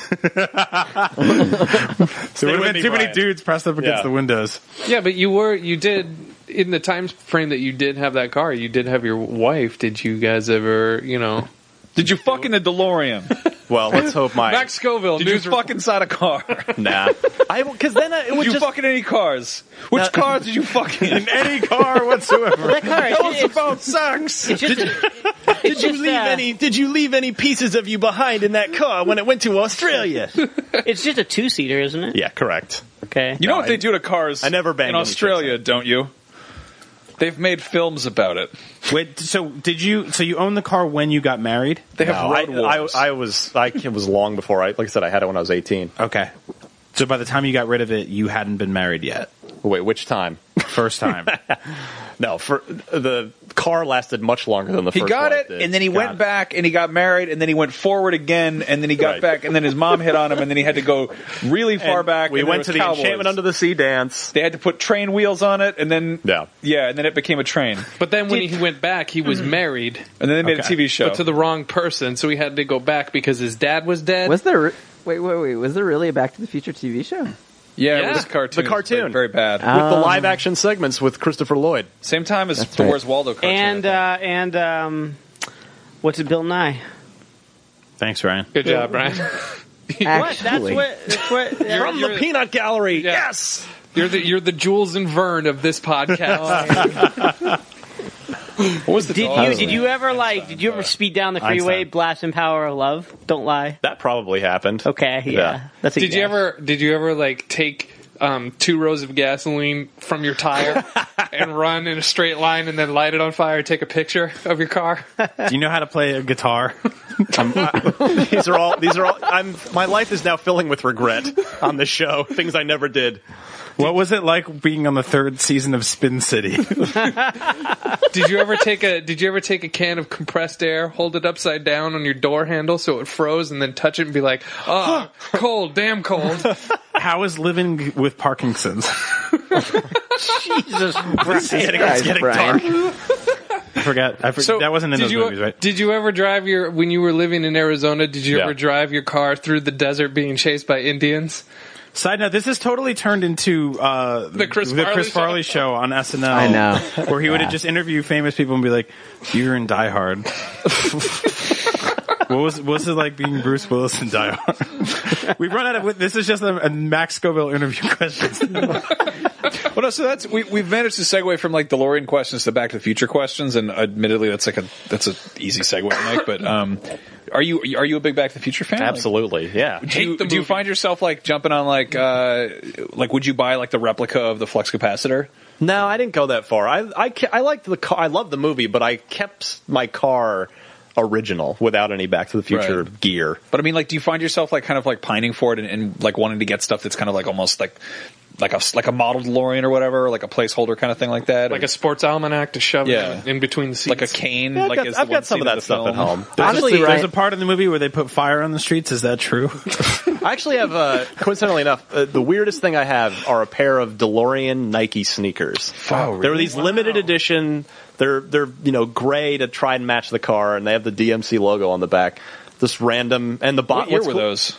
S8: There
S2: with
S8: would have
S2: me,
S8: been too many
S2: Brian.
S8: dudes pressed up against
S2: Yeah.
S8: the windows.
S7: yeah, but you were, you did, in the time frame that you did have that car, you did have your wife. Did you guys ever, you know,
S5: Did you fuck in a DeLorean?
S2: Well, let's hope my
S7: Max Scoville,
S5: Did you
S7: news report-
S5: fuck inside a car?
S2: nah. I because then I, it
S5: Did
S2: would
S5: you
S2: just
S5: fuck in any cars? Which
S2: No.
S5: cars did you fuck in?
S8: Any car whatsoever.
S3: That car, it's, it's,
S2: about sucks.
S3: it's just,
S2: Did you
S3: just,
S2: leave
S3: uh,
S2: any? Did you leave any pieces of you behind in that car when it went to Australia?
S3: it's just a two seater, isn't it?
S2: yeah, correct.
S3: Okay.
S5: You know what they do to cars
S2: I never banged
S5: in
S2: on the
S5: Australia, don't you? They've made films about it.
S8: Wait. So did you? So you owned the car when you got married?
S5: They have
S2: No, I,
S5: road wars.
S2: I, I was I it was long before I like I said I had it when I was eighteen.
S8: Okay. So by the time you got rid of it, you hadn't been married yet.
S2: Wait, which time?
S8: First time.
S2: No, for the car lasted much longer than the
S5: he
S2: first.
S5: got
S2: one
S5: it,
S2: did.
S5: and then he went
S8: it.
S5: back, and he got married, and then he went forward again, and then he got
S2: Right.
S5: back, and then his mom hit on him, and then he had to go really far
S2: And
S5: back.
S2: We
S5: and there
S2: went
S5: was
S2: to the
S5: cowboys.
S2: enchantment under the sea dance.
S5: They had to put train wheels on it, and then
S2: Yeah.
S5: yeah, and then it became a train,
S7: But then when he went back, he was married,
S5: and then they made
S8: Okay.
S5: a TV show.
S7: but to the wrong person, so he had to go back because his dad was dead.
S4: Was there? Re- wait, wait, wait. Was there really a Back to the Future TV show?
S5: yeah,
S7: Yeah.
S5: it was cartoon,
S2: The cartoon. Ah.
S5: like, very bad.
S2: With
S8: Um,
S2: the live action segments with Christopher Lloyd.
S5: Same time as
S4: That's
S5: the
S4: right.
S5: Where's Waldo cartoon.
S3: and uh, and um, what's it? Bill Nye.
S8: Thanks, Ryan.
S7: Good job, Brian.
S4: Actually,
S3: What? That's what. That's what
S7: You're-
S2: From the peanut gallery.
S7: Yeah.
S2: Yes.
S7: You're the you're the Jules and Vern of this podcast.
S5: what was the
S3: did
S5: dog?
S3: you did you ever like? Did
S7: uh,
S3: you ever speed down the freeway,
S8: Einstein.
S3: blasting "Power of Love"? Don't lie.
S2: That probably happened.
S3: Okay. Yeah.
S2: Yeah.
S3: That's a
S7: did you
S3: yes.
S7: ever did you ever like take um, two rows of gasoline from your tire and run in a straight line and then light it on fire and take a picture of your car?
S8: Do you know how to play a guitar?
S2: These are all. These are all. I'm. My life is now filling with regret on the show. Things I never did.
S8: what was it like being on the third season of Spin City?
S7: Did you ever take a did you ever take a can of compressed air, hold it upside down on your door handle so it froze and then touch it and be like, "Oh, cold, damn cold."
S8: how is living with Parkinson's?
S3: Jesus Christ.
S4: guys, Brian.
S8: I forgot. I forgot.
S7: So
S8: that wasn't in
S7: did
S8: those
S7: you, uh,
S8: movies, right?
S7: Did you ever drive your when you were living in Arizona? Did you
S2: Yeah.
S7: ever drive your car through the desert being chased by Indians?
S8: Side note: This has totally turned into uh, the
S7: Chris
S8: the
S7: Farley
S8: Chris
S7: show.
S8: Farley show on SNL.
S4: I know.
S8: where he would have just interview famous people and be like, "You're in Die Hard." what was what was it like being Bruce Willis in Die Hard? We've run out of. This is just a, a Max Scoville interview questions.
S5: Well, no, so that's we, we've managed to segue from like DeLorean questions to Back to the Future questions, and admittedly, that's like a that's an easy segue to make. But um, are you are you a big Back to the Future fan? Like,
S2: Absolutely. Yeah.
S5: do you,
S7: Hate the
S5: do you
S7: movie.
S5: find yourself like jumping on like uh like would you buy like the replica of the flux capacitor?
S2: No, I didn't go that far. I I, ke- I liked the car. I loved the movie, but I kept my car original without any Back to the Future
S5: Right.
S2: gear.
S5: But I mean, like, do you find yourself like kind of like pining for it and, and like wanting to get stuff that's kind of like almost like like a like a model DeLorean or whatever, or like a placeholder kind of thing like that,
S7: like
S5: or,
S7: a sports almanac to shove
S5: Yeah.
S7: in between the seats.
S5: like a cane?
S2: Yeah, I've
S5: like
S2: got,
S5: is the
S2: I've
S5: one
S2: got some of
S5: scene in
S2: that
S5: the
S2: stuff
S5: film.
S2: at home.
S8: Honestly,
S4: Honestly,
S8: there's
S4: right.
S8: a part in the movie where they put fire on the streets. Is that true?
S2: I actually have, uh, coincidentally enough, uh, the weirdest thing I have are a pair of DeLorean Nike sneakers.
S5: Oh, really?
S2: There were these limited edition. They're they're you know gray to try and match the car, and they have the DMC logo on the back. This random and the bot.
S5: What year
S2: what's
S5: were
S2: cool-
S5: those?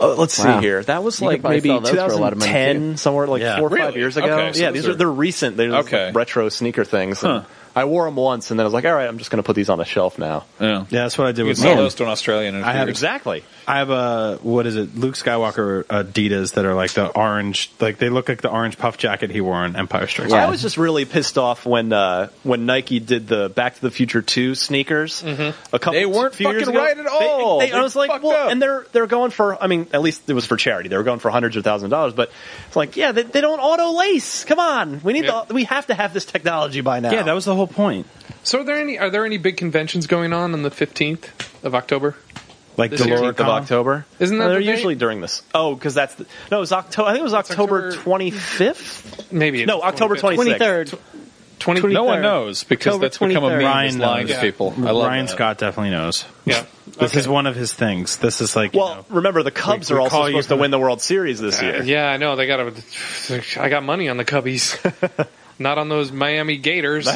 S2: Uh, let's
S4: Wow.
S2: see here. That was
S4: You could
S2: like
S4: probably
S2: maybe
S4: sell those for a lot of money,
S2: 2010,
S4: too.
S2: somewhere like
S8: Yeah.
S2: four or five
S5: Really?
S2: years ago.
S5: Okay, so
S2: yeah,
S5: these
S2: these
S5: are-
S2: are they're recent. They're just, like,
S5: Okay.
S2: retro sneaker things. and
S5: Huh.
S2: I wore them once, and then I was like, all right, I'm just going to put these on the shelf now.
S5: Yeah,
S8: yeah, that's what I did
S5: you can
S8: with
S5: sell
S8: mine.
S5: those to an Australian. In a
S8: I
S5: few
S8: have
S5: years.
S2: Exactly.
S8: I have a what is it? Luke Skywalker Adidas that are like the orange, like they look like the orange puff jacket he wore in Empire Strikes.
S2: I was just really pissed off when uh, when Nike did the Back to the Future two sneakers.
S7: Mm-hmm.
S2: A couple,
S5: They weren't
S2: few years
S5: fucking
S2: ago.
S5: right at all.
S2: They, they, I
S5: They
S2: was like,
S5: fucked
S2: well,
S5: up.
S2: and they're they're going for. I mean, at least it was for charity. They were going for hundreds of thousands of dollars. But it's like, yeah, they, they don't auto lace. Come on, we need
S7: Yeah.
S2: to, we have to have this technology by now.
S8: Yeah, that was the whole point.
S7: So are there any are there any big conventions going on on the fifteenth of October?
S8: Like
S7: This year.
S8: Delora
S2: Fifteenth of October.
S7: Isn't that
S2: No, they're
S7: the date?
S2: usually during this? Oh, because that's the, no, it was October. I think it was October
S7: October-
S2: twenty fifth.
S7: Maybe it
S2: No,
S7: is
S2: October
S7: 25th.
S3: 23rd.
S7: Twenty.
S5: No one
S3: 23rd.
S5: knows because
S3: October
S5: that's become a
S3: 23rd.
S5: meme.
S8: Ryan
S5: Ryan lying
S8: knows.
S5: to people. I love
S8: Ryan
S5: that.
S8: Scott definitely knows.
S7: Yeah.
S8: This
S7: Okay.
S8: is one of his things. This is like you
S2: Well,
S8: know,
S2: remember the Cubs
S8: we
S2: are also
S8: call you
S2: supposed
S8: for
S2: to
S8: the-
S2: win the World Series this year.
S7: Yeah, I know. They got. A, I got money on the Cubbies, not on those Miami Gators.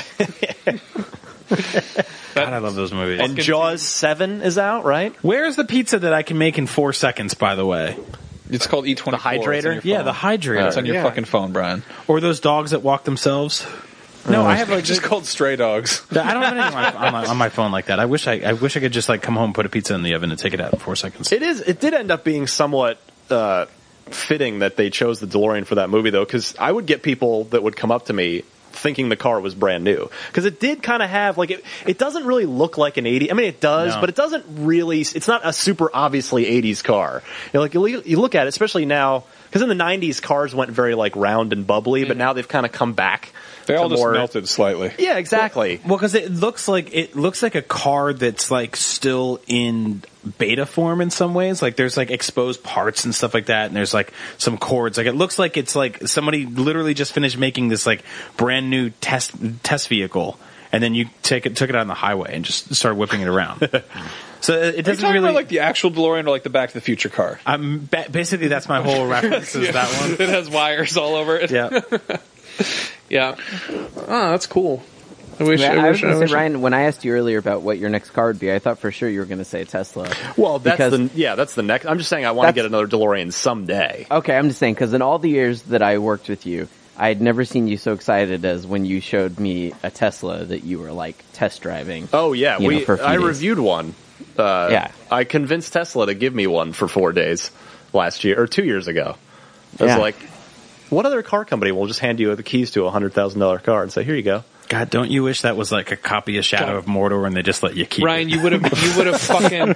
S8: God, I love those movies.
S2: And Jaws seven is out, right?
S8: where's the pizza that I can make in four seconds? By the way,
S5: It's called E twenty.
S2: The hydrator?
S8: yeah, the
S5: It's
S8: hydrator
S5: on your
S7: Yeah.
S5: fucking phone, Brian.
S8: or those dogs that walk themselves. No, I have like
S5: It's just called Stray Dogs.
S8: I don't have anything on my, on, my, on my phone like that. I wish I, I wish I could just like come home, put a pizza in the oven, and take it out in four seconds.
S2: It is. It did end up being somewhat uh, fitting that they chose the DeLorean for that movie, though, because I would get people that would come up to me thinking the car was brand new because it did kind of have like it. It doesn't really look like an 80. I mean, it does,
S8: No.
S2: but it doesn't really. It's not a super obviously 80s car. You know, like you, look- you look at it, especially now. Because in the '90s, cars went very like round and bubbly, but now they've kind of come back.
S5: Mm-hmm. They all
S2: to
S5: just
S2: more-
S5: melted slightly.
S2: Yeah, exactly.
S8: Well, because it looks like it looks like a car that's like still in beta form in some ways. Like there's like exposed parts and stuff like that, and there's like some cords. Like it looks like it's like somebody literally just finished making this like brand new test test vehicle, and then you take it took it on the highway and just started whipping it around. so it, it
S5: Are you
S8: doesn't
S5: talking
S8: really.
S5: about like the actual DeLorean or like the Back to the Future car?
S8: I'm ba- basically that's my whole reference is that one.
S7: it has wires all over it.
S8: Yeah.
S7: Yeah. Oh, that's cool. I wish.
S4: Yeah,
S7: I
S4: I was
S7: wish. I
S4: going to
S7: wish
S4: say, Ryan, when I asked you earlier about what your next car would be, I thought for sure you were going to say Tesla.
S2: Well, that's
S4: Because-
S2: the yeah, that's the next. I'm just saying, I want to
S4: That's-
S2: get another DeLorean someday.
S4: Okay, I'm just saying because in all the years that I worked with you, I had never seen you so excited as when you showed me a Tesla that you were like test driving.
S2: Oh yeah,
S4: you know,
S2: we
S4: for a few
S2: I
S4: days.
S2: reviewed one. Uh,
S4: Yeah.
S2: I convinced Tesla to give me one for four days last year or two years ago. I was
S4: Yeah.
S2: like, what other car company will just hand you the keys to a hundred thousand dollar car and say, here you go?
S8: God, don't you wish that was like a copy of Shadow of Mordor and they just let you keep
S7: Ryan,
S8: it?
S7: you would have you would have fucking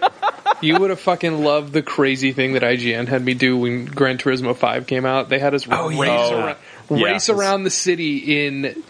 S7: you would have fucking loved the crazy thing that IGN had me do when Gran Turismo Five came out. They had us
S8: Oh,
S7: race,
S8: yeah.
S7: around,
S2: Yeah.
S7: race around the city in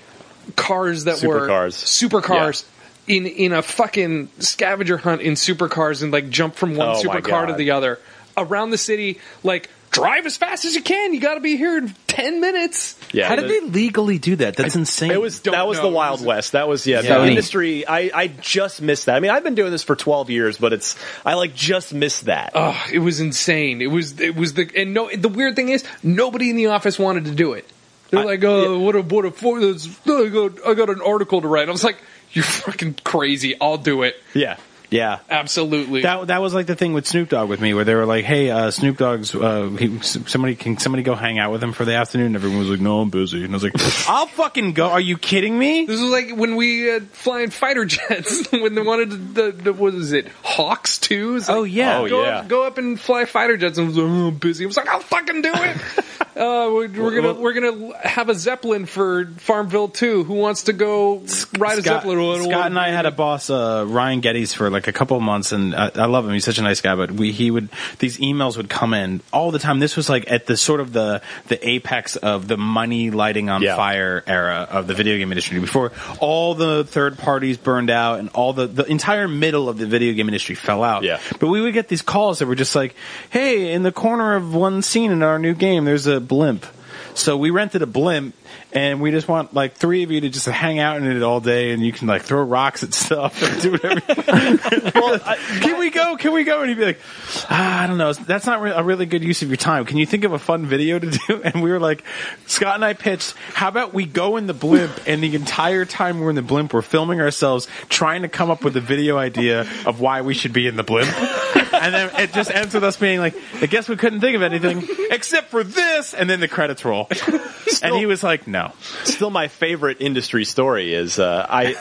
S7: cars that were
S2: Supercars.
S7: supercars. In, in a fucking scavenger hunt in supercars and like jump from one
S2: Oh, my
S7: supercar to
S2: God.
S7: the other around the city like drive as fast as you can you got to be here in 10 minutes
S2: Yeah,
S8: How did they legally do that? That's insane.
S2: It was
S7: Don't
S2: that was
S7: know.
S2: the Wild West. That was yeah. The
S4: Sony.
S2: industry. I I just missed that. I mean, I've been doing this for twelve years, but it's I like just missed that.
S7: Oh, it was insane. It was it was the and no the weird thing is nobody in the office wanted to do it. They're like, oh, what a what a for this. I got, I got an article to write. I was like, you're fucking crazy. I'll do it.
S2: yeah,
S8: yeah.
S7: Absolutely.
S8: That that was like the thing with Snoop Dogg with me, where they were like, "Hey, uh, Snoop Dogg's uh, he, s- somebody can somebody go hang out with him for the afternoon?" And everyone was like, "No, I'm busy." And I was like, "I'll fucking go." Are you kidding me?
S7: this was like when we had flying fighter jets when they wanted to, the, the what was it Hawks too? It's like,
S8: Oh, yeah.
S2: Oh,
S7: go
S2: yeah.
S7: up, go up and fly fighter jets. And I was like, oh, busy. I was like, I'll fucking do it. Uh, we're, we're gonna we're gonna have a zeppelin for Farmville 2. Who wants to go ride a
S8: Scott,
S7: zeppelin? Well,
S8: Scott and I had a boss, uh, Ryan Geddes, for like a couple of months, and I, I love him. He's such a nice guy. But we, he would these emails would come in all the time. This was like at the sort of the the apex of the money lighting on
S2: Yeah.
S8: fire era of the video game industry. Before all the third parties burned out and all the the entire middle of the video game industry fell out.
S2: Yeah.
S8: But we would get these calls that were just like, "Hey, in the corner of one scene in our new game, there's a blimp." So we rented a blimp, and we just want like three of you to just hang out in it all day, and you can like throw rocks at stuff and do whatever. can we go? Can we go? And he'd be like, ah, I don't know. That's not re- a really good use of your time. Can you think of a fun video to do? And we were like, Scott and I pitched, how about we go in the blimp, and the entire time we're in the blimp, we're filming ourselves trying to come up with a video idea of why we should be in the blimp. And then it just ends with us being like, I guess we couldn't think of anything except for this, and then the credits roll. And he was like, no.
S2: still my favorite industry story is uh, I,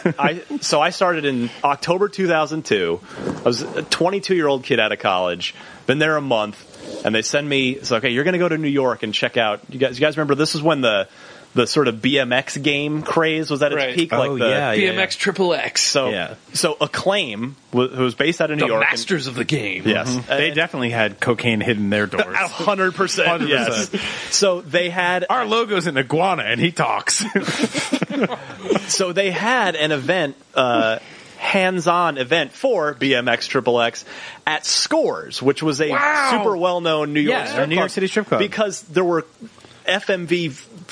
S2: I so I started in October 2002. I was a 22 year old kid out of college, been there a month, and they send me. It's okay. You're going to go to New York and check out. You guys, you guys remember this is when the the sort of BMX game craze was at its
S7: Right.
S2: peak.
S8: Oh,
S2: like the
S8: yeah, yeah.
S7: BMX Triple X.
S2: so
S8: Yeah.
S2: so acclaim wh- who was based out of New
S7: The
S2: York. and-
S7: masters of the game.
S2: yes,
S8: They definitely had cocaine hidden in their doors.
S2: hundred percent. Yes. So they had
S8: Our logo's an iguana, and he talks.
S2: so they had an event, uh, hands-on event for BMX Triple X at Scores, which was a super well-known New York
S8: Yeah,
S2: strip
S8: New York
S2: club
S8: City strip club.
S2: because there were FMV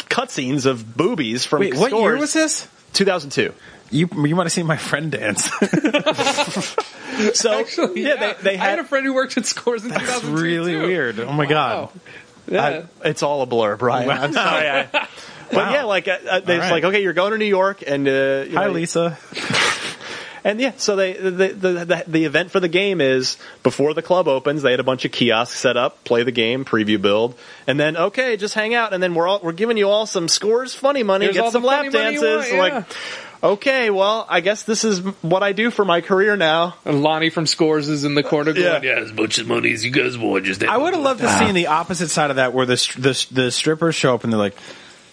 S2: cutscenes of boobies from
S8: Wait, what
S2: Scores.
S8: year was this?
S2: 2002.
S8: You you want to see my friend dance?
S2: So
S7: Actually,
S2: yeah, They,
S7: yeah,
S2: they
S7: I
S2: had.
S7: had a friend who worked at Scores in 2002.
S8: really
S7: too.
S8: weird. Oh my
S7: Wow.
S8: god.
S7: Yeah.
S2: it's all a blur, Brian. I'm sorry. I, but yeah, like uh, uh, they're
S8: All
S2: just
S8: right.
S2: like, okay, you're going to New York, and uh, you
S8: Hi
S2: know,
S8: Lisa.
S2: And yeah, so they the, the the the event for the game is before the club opens. They had a bunch of kiosks set up, play the game, preview build, and then okay, just hang out. And then we're all we're giving you all some scores, funny money,
S7: Here's all
S2: get
S7: the
S2: some lap
S7: funny money you
S2: dances.
S7: want, yeah.
S2: Like, okay, well, I guess this is what I do for my career now.
S7: And Lonnie from Scores is in the corner going, yeah.
S6: Yeah, as much as money as you guys want, just
S8: I would have loved to see the opposite side of that, where the str- the s- the strippers show up and they're like,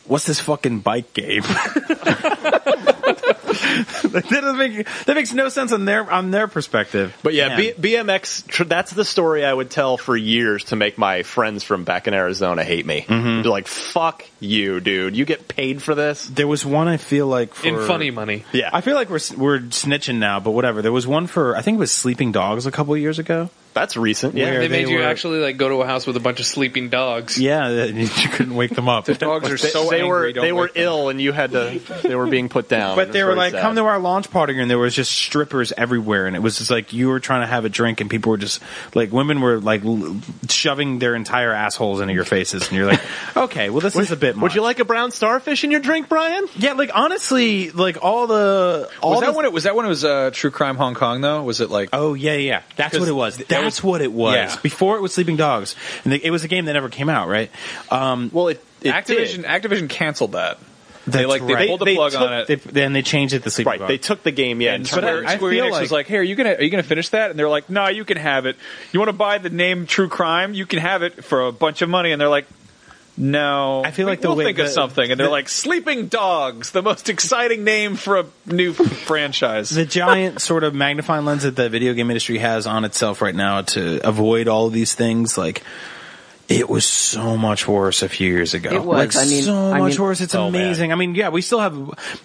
S8: "What's this fucking bike game?" that, doesn't make, that makes no sense on their on their perspective.
S2: But yeah,
S8: Man.
S2: B, BMX. Tr- that's the story I would tell for years to make my friends from back in Arizona hate me. Be like, fuck you, dude. You get paid for this.
S8: there was one I feel like for,
S7: in funny money.
S2: Yeah,
S8: I feel like we're s- we're snitching now, but whatever. There was one for I think it was Sleeping Dogs a couple years ago.
S2: that's recent.
S8: Where-
S2: Yeah,
S7: They made
S8: they
S7: you
S8: were-
S7: actually like go to a house with a bunch of sleeping dogs.
S8: Yeah, that- you couldn't wake them up.
S5: Dogs are so
S2: they
S5: angry,
S2: were
S5: don't
S2: they were
S5: wake them.
S2: ill, and you had to. They were being put down.
S8: But
S2: It
S8: they
S2: was
S8: were
S2: very
S8: like,
S2: sad.
S8: come to our launch party, and there was just strippers everywhere, and it was just like you were trying to have a drink, and people were just like, women were like l- shoving their entire assholes into your faces, and you're like, okay, well this is a bit. Much.
S2: Would you like a brown starfish in your drink, Brian?
S8: Yeah, like honestly, like all the all
S5: Was that
S8: the-
S5: when it was that when it was uh, True Crime Hong Kong though? Was it like
S8: Oh yeah, yeah. That's what it was. That's what it was.
S5: Yeah.
S8: Before it was Sleeping Dogs, and the, it was a game that never came out, right? Um,
S2: Well, it, it
S5: Activision?
S2: did.
S5: Activision canceled that.
S8: that's
S5: They like
S8: right.
S5: they pulled the plug on it.
S8: They, then they changed it to Sleeping
S2: Right,
S8: Dogs.
S2: they took the game. Yeah,
S5: and
S2: and turned
S5: Square,
S8: I- I
S5: Square
S8: feel
S5: Enix
S8: like-
S5: was like, "Hey, are you gonna are you gonna finish that?" And they're like, "No, you can have it. You want to buy the name True Crime? You can have it for a bunch of money." And they're like, "No,
S8: I feel like the
S5: we'll
S8: way-
S5: think of
S8: the-
S5: something." And they're
S8: the-
S5: like, "Sleeping Dogs, the most exciting name for a new franchise."
S8: the giant sort of magnifying lens that the video game industry has on itself right now to avoid all of these things like it was so much worse a few years ago.
S4: It was.
S8: Like,
S4: I mean-
S8: so
S4: I
S8: much
S4: mean-
S8: worse. It's
S2: Oh, man.
S8: amazing. I mean, yeah, we still have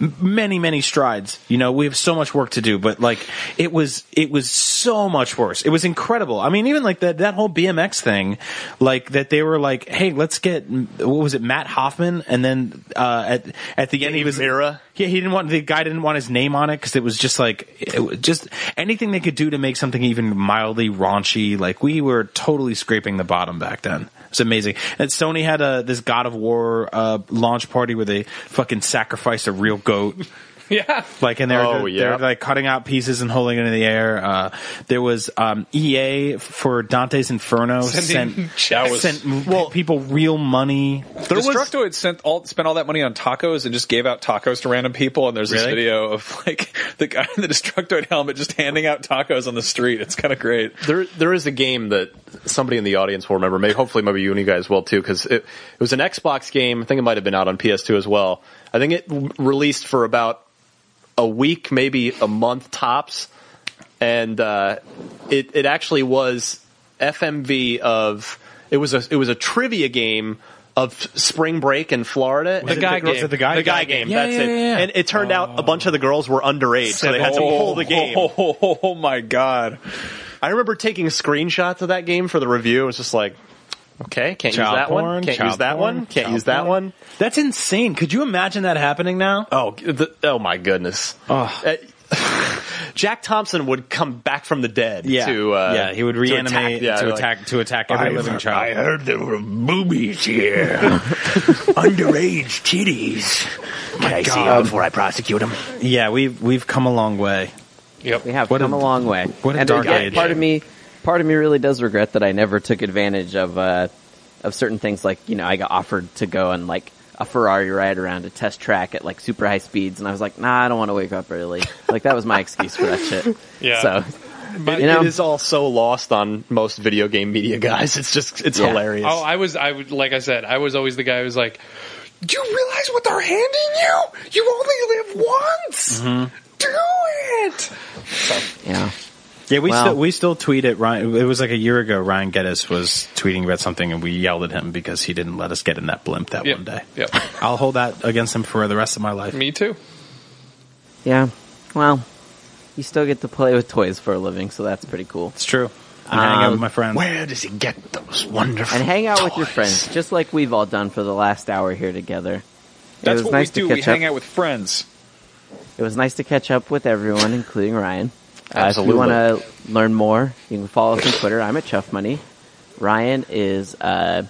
S8: m- many, many strides. You know, we have so much work to do, but like, it was, it was so much worse. It was incredible. I mean, even like that, that whole BMX thing, like that they were like, hey, let's get, what was it, Matt Hoffman? And then, uh, at, at the end, he was,
S2: Mira.
S8: yeah, he didn't want the guy didn't want his name on it because it was just like it was just anything they could do to make something even mildly raunchy. Like we were totally scraping the bottom back then. It's amazing. And Sony had a this God of War uh, launch party where they fucking sacrificed a real goat.
S7: Yeah.
S8: Like and they're
S2: Oh,
S8: they're,
S2: yeah.
S8: like cutting out pieces and holding it in the air. Uh, there was um, EA for Dante's Inferno
S7: Sending
S8: sent,
S7: checks.
S8: sent people real money.
S5: There Destructoid sent all spent all that money on tacos and just gave out tacos to random people. And there's this
S8: Really?
S5: video of like the guy in the Destructoid helmet just handing out tacos on the street. It's kind of great.
S2: There, there is a game that somebody in the audience will remember. Maybe hopefully maybe you and you guys will too because it, it was an Xbox game. I think it might have been out on PS2 as well. I think it w- released for about a week, maybe a month tops, and uh, it it actually was FMV of it was a it was a trivia game of spring break in Florida.
S9: The guy game.
S2: the guy, game.
S8: Yeah,
S2: that's
S8: yeah,
S2: it.
S8: yeah, yeah.
S2: And it turned out a bunch of the girls were underage, so they had to pull the game.
S5: Oh, my god!
S2: I remember taking screenshots of that game for the review. It was just like, okay, can't
S9: Child
S2: use that
S9: porn,
S2: one. Can't
S9: child
S2: use that
S9: porn,
S2: one. Can't
S9: child
S2: use that one.
S8: That's insane. Could you imagine that happening now?
S2: Oh, the, oh my goodness. Uh, Jack Thompson would come back from the dead. To, uh,
S9: yeah, he would
S2: to attack-
S9: reanimate
S2: yeah,
S9: to
S2: like,
S9: attack to attack every living child.
S1: heard there were boobies here. Underage titties. Can I see
S8: Um,
S1: them before I prosecute them?
S8: Yeah, we've we've come a long way.
S4: We have
S8: What a-
S4: come a, long way.
S8: what a
S4: and
S8: dark
S4: again,
S8: age.
S4: Part of me, part of me really does regret that I never took advantage of uh, of certain things. Like you know, I got offered to go on like a Ferrari ride around a test track at like super high speeds, and I was like, nah, I don't want to wake up early. like that was my excuse for that shit.
S7: Yeah.
S4: So
S2: But
S4: You know?
S2: it is all so lost on most video game media guys. It's just, it's
S4: Yeah.
S2: hilarious.
S7: Oh, I was, I would, like I said, I was always the guy who was like, "Do you realize what they're handing you? You only live once. Do it."
S4: yeah,
S8: Yeah, we
S4: Wow.
S8: still we still tweet at Ryan. It was like a year ago. Ryan Geddes was tweeting about something, and we yelled at him because he didn't let us get in that blimp that
S7: Yep.
S8: one day.
S7: Yep.
S8: I'll hold that against him for the rest of my life.
S7: Me too.
S4: yeah. Well, you still get to play with toys for a living, so that's pretty cool.
S8: It's true. I'm hanging out
S4: Um,
S8: with my friends.
S2: Where does he get those wonderful
S4: And hang out with your
S2: toys?
S4: friends, just like we've all done for the last hour here together.
S5: That's
S4: it was
S5: what
S4: nice
S5: we do.
S4: to
S5: We
S4: catch up.
S5: hang out with friends.
S4: It was nice to catch up with everyone, including Ryan.
S2: Absolutely.
S4: Uh, if you want to learn more, you can follow us on Twitter. I'm at Chuff Money. Ryan is uh,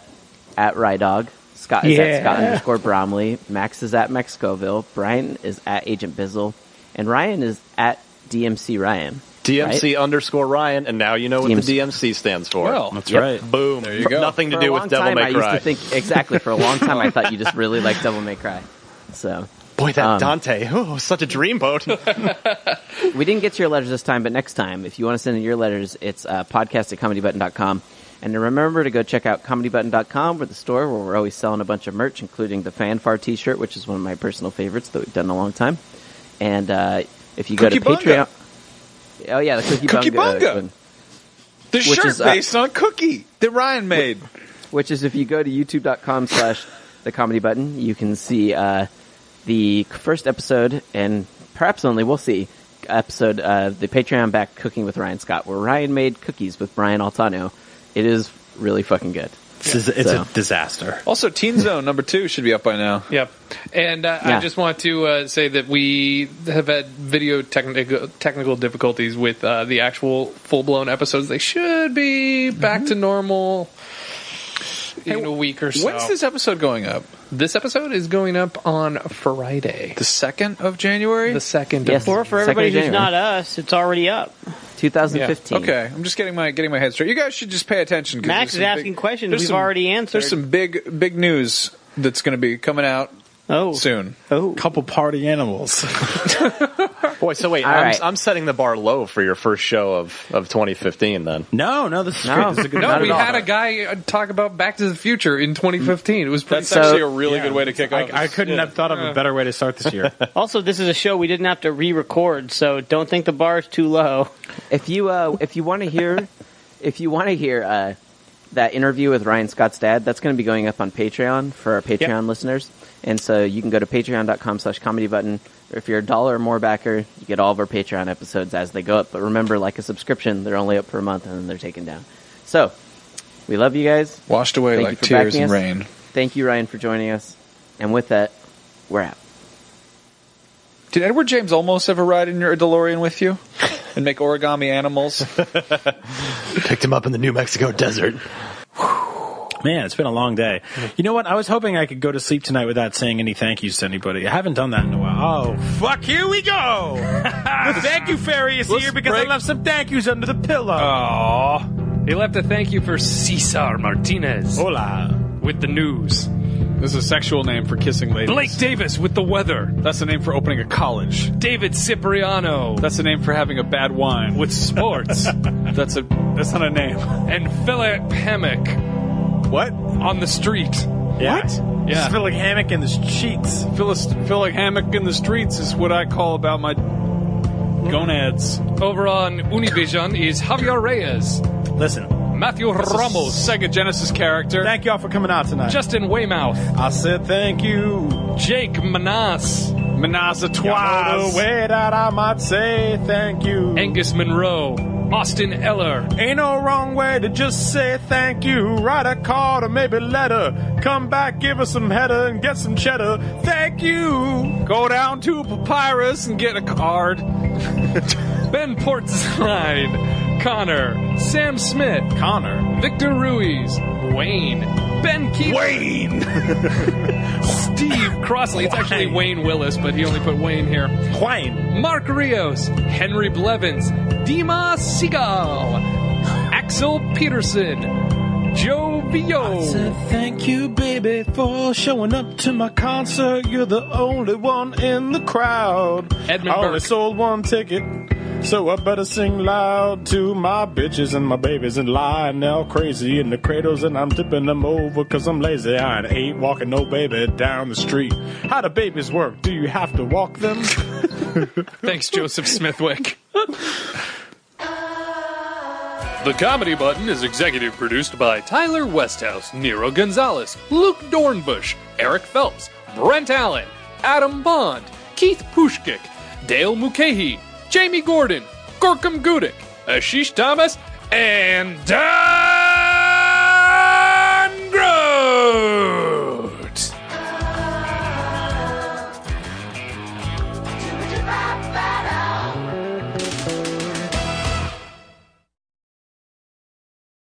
S4: at Rydog. Scott is at Scott underscore Bromley. Max is at Mexicoville. Brian is at Agent Bizzle. And Ryan is at DMC Ryan.
S2: DMC underscore Ryan, and now you know what
S4: DMC.
S2: the DMC stands for.
S5: Well,
S8: That's
S4: Yep.
S8: right.
S2: Boom. There you go. Nothing to
S4: For a
S2: do
S4: long
S2: with Devil
S4: time,
S2: May
S4: I
S2: Cry.
S4: used to think exactly for a long time. I thought you just really liked Devil May Cry. So
S2: Boy, that
S4: um,
S2: Dante, oh, such a dreamboat.
S4: we didn't get to your letters this time, but next time, if you want to send in your letters, it's uh, podcast at comedybutton.com. And remember to go check out comedybutton.com. We're the store where we're always selling a bunch of merch, including the fanfare t shirt, which is one of my personal favorites that we've done in a long time. And uh, if you
S5: Cookie
S4: go to
S5: Bunga.
S4: Patreon. Oh, yeah, the Cookie,
S5: Cookie
S4: Bunga.
S5: Bunga.
S4: one.
S5: The
S4: Which
S5: shirt
S4: is, uh,
S5: based on Cookie that Ryan made.
S4: which is if you go to youtube.com slash the comedy button, you can see uh, the first episode and perhaps only we'll see episode of the Patreon back cooking with Ryan Scott, where Ryan made cookies with Brian Altano. It is really fucking good.
S8: This is, it's
S4: So.
S8: a disaster.
S5: Also, Teen Zone number two should be up by now.
S7: Yep. And uh,
S4: Yeah.
S7: I just want to uh, say that we have had video technical technical difficulties with uh, the actual full blown episodes. They should be back to normal in a week or so.
S5: When's this episode going up?
S7: This episode is going up on Friday,
S5: The second of January.
S7: the second.
S4: Yes.
S7: of
S3: Or for everybody
S4: Second of
S3: who's
S4: January.
S3: not us, it's already up.
S4: 2015.
S5: Okay, I'm just getting my getting my head straight. You guys should just pay attention. 'cause
S3: Max
S5: there's
S3: is
S5: some
S3: asking
S5: big-
S3: questions
S5: there's
S3: we've
S5: some-
S3: already answered.
S5: There's some big big news that's going to be coming out
S3: oh
S5: soon.
S3: Oh,
S8: Couple party animals.
S2: Boy, so wait,
S4: All
S2: I'm,
S4: right.
S2: I'm setting the bar low for your first show of, of 2015 then.
S8: No, no, this is
S4: No.
S8: great. This is a good.
S7: No,
S4: Not
S7: we
S4: at all.
S7: had a guy uh, talk about Back to the Future in 2015. It was pretty.
S5: That's
S4: So-
S5: actually a really good way to kick off.
S8: I, I couldn't have thought of a better way to start this year.
S3: Also, this is a show we didn't have to re-record, so don't think the bar is too low.
S4: If you uh, if you want to hear, if you want to hear uh, that interview with Ryan Scott's dad, that's going to be going up on Patreon for our Patreon listeners. And so you can go to patreon.com slash comedy button. Or if you're a dollar or more backer, you get all of our Patreon episodes as they go up. But remember, like a subscription, they're only up for a month and then they're taken down. So we love you guys.
S5: washed away
S4: Thank you
S5: like
S4: for
S5: tears
S4: backing
S5: and
S4: us.
S5: rain.
S4: Thank you, Ryan, for joining us. And with that, we're out.
S5: Did Edward James almost ever ride in your DeLorean with you and make origami animals?
S2: Picked him up in the New Mexico desert.
S8: Man, it's been a long day. You know what? I was hoping I could go to sleep tonight without saying any thank yous to anybody. I haven't done that in a while. Oh, fuck, here we go! the thank you fairy is here because I left some thank yous under the pillow.
S9: Aww. He left a thank you for Cesar Martinez
S8: Hola.
S9: with the news.
S5: This is a sexual name for kissing ladies.
S7: Blake Davis with the weather.
S5: That's the name for opening a college.
S7: David Cipriano
S5: That's the name for having a bad wine.
S7: with sports.
S5: That's a. That's not a name.
S7: and Philip Hammock
S5: What?
S7: on the street.
S8: What?
S7: Yeah.
S8: Just feel like hammock in the sheets.
S5: Phyllis, Phyllis hammock in the streets is what I call about my gonads.
S7: Over on Univision is Javier Reyes,
S8: Listen,
S7: Matthew Ramos,
S5: Sega Genesis character.
S8: thank y'all for coming out tonight.
S7: Justin Weymouth,
S8: I said thank you.
S7: Jake Manas,
S5: Manasa
S8: Wow. The
S5: Twas.
S8: way that I might say thank you.
S7: Angus Monroe, Austin Eller,
S8: Ain't no wrong way to just say thank you. Write a card or maybe letter. Come back, give us some header and get some cheddar. Thank you.
S5: Go down to Papyrus and get a card.
S7: Ben Portzline, Connor, Sam Smith,
S8: Connor.
S7: Victor Ruiz, Wayne, Ben Keith,
S8: Wayne.
S7: Steve Crossley. It's actually Wayne Willis, but he only put Wayne here.
S8: Wayne.
S7: Mark Rios, Henry Blevins, Dima Seagal, Axel Peterson, Joe Vio,
S8: thank you, baby, for showing up to my concert. You're the only one in the crowd.
S7: Edmund
S8: I only
S7: Burke.
S8: sold one ticket. So I better sing loud to my bitches and my babies and Lionel crazy in the cradles and I'm tipping them over cause I'm lazy. I ain't- ain't walking no baby down the street. How do babies work? Do you have to walk them?
S7: Thanks, Joseph Smithwick. The Comedy Button is executive produced by Tyler Westhouse, Nero Gonzalez, Luke Dornbush, Eric Phelps, Brent Allen, Adam Bond, Keith Pushkick, Dale Mukahi, Jamie Gordon, Gorkum Gudick, Ashish Thomas, and Dan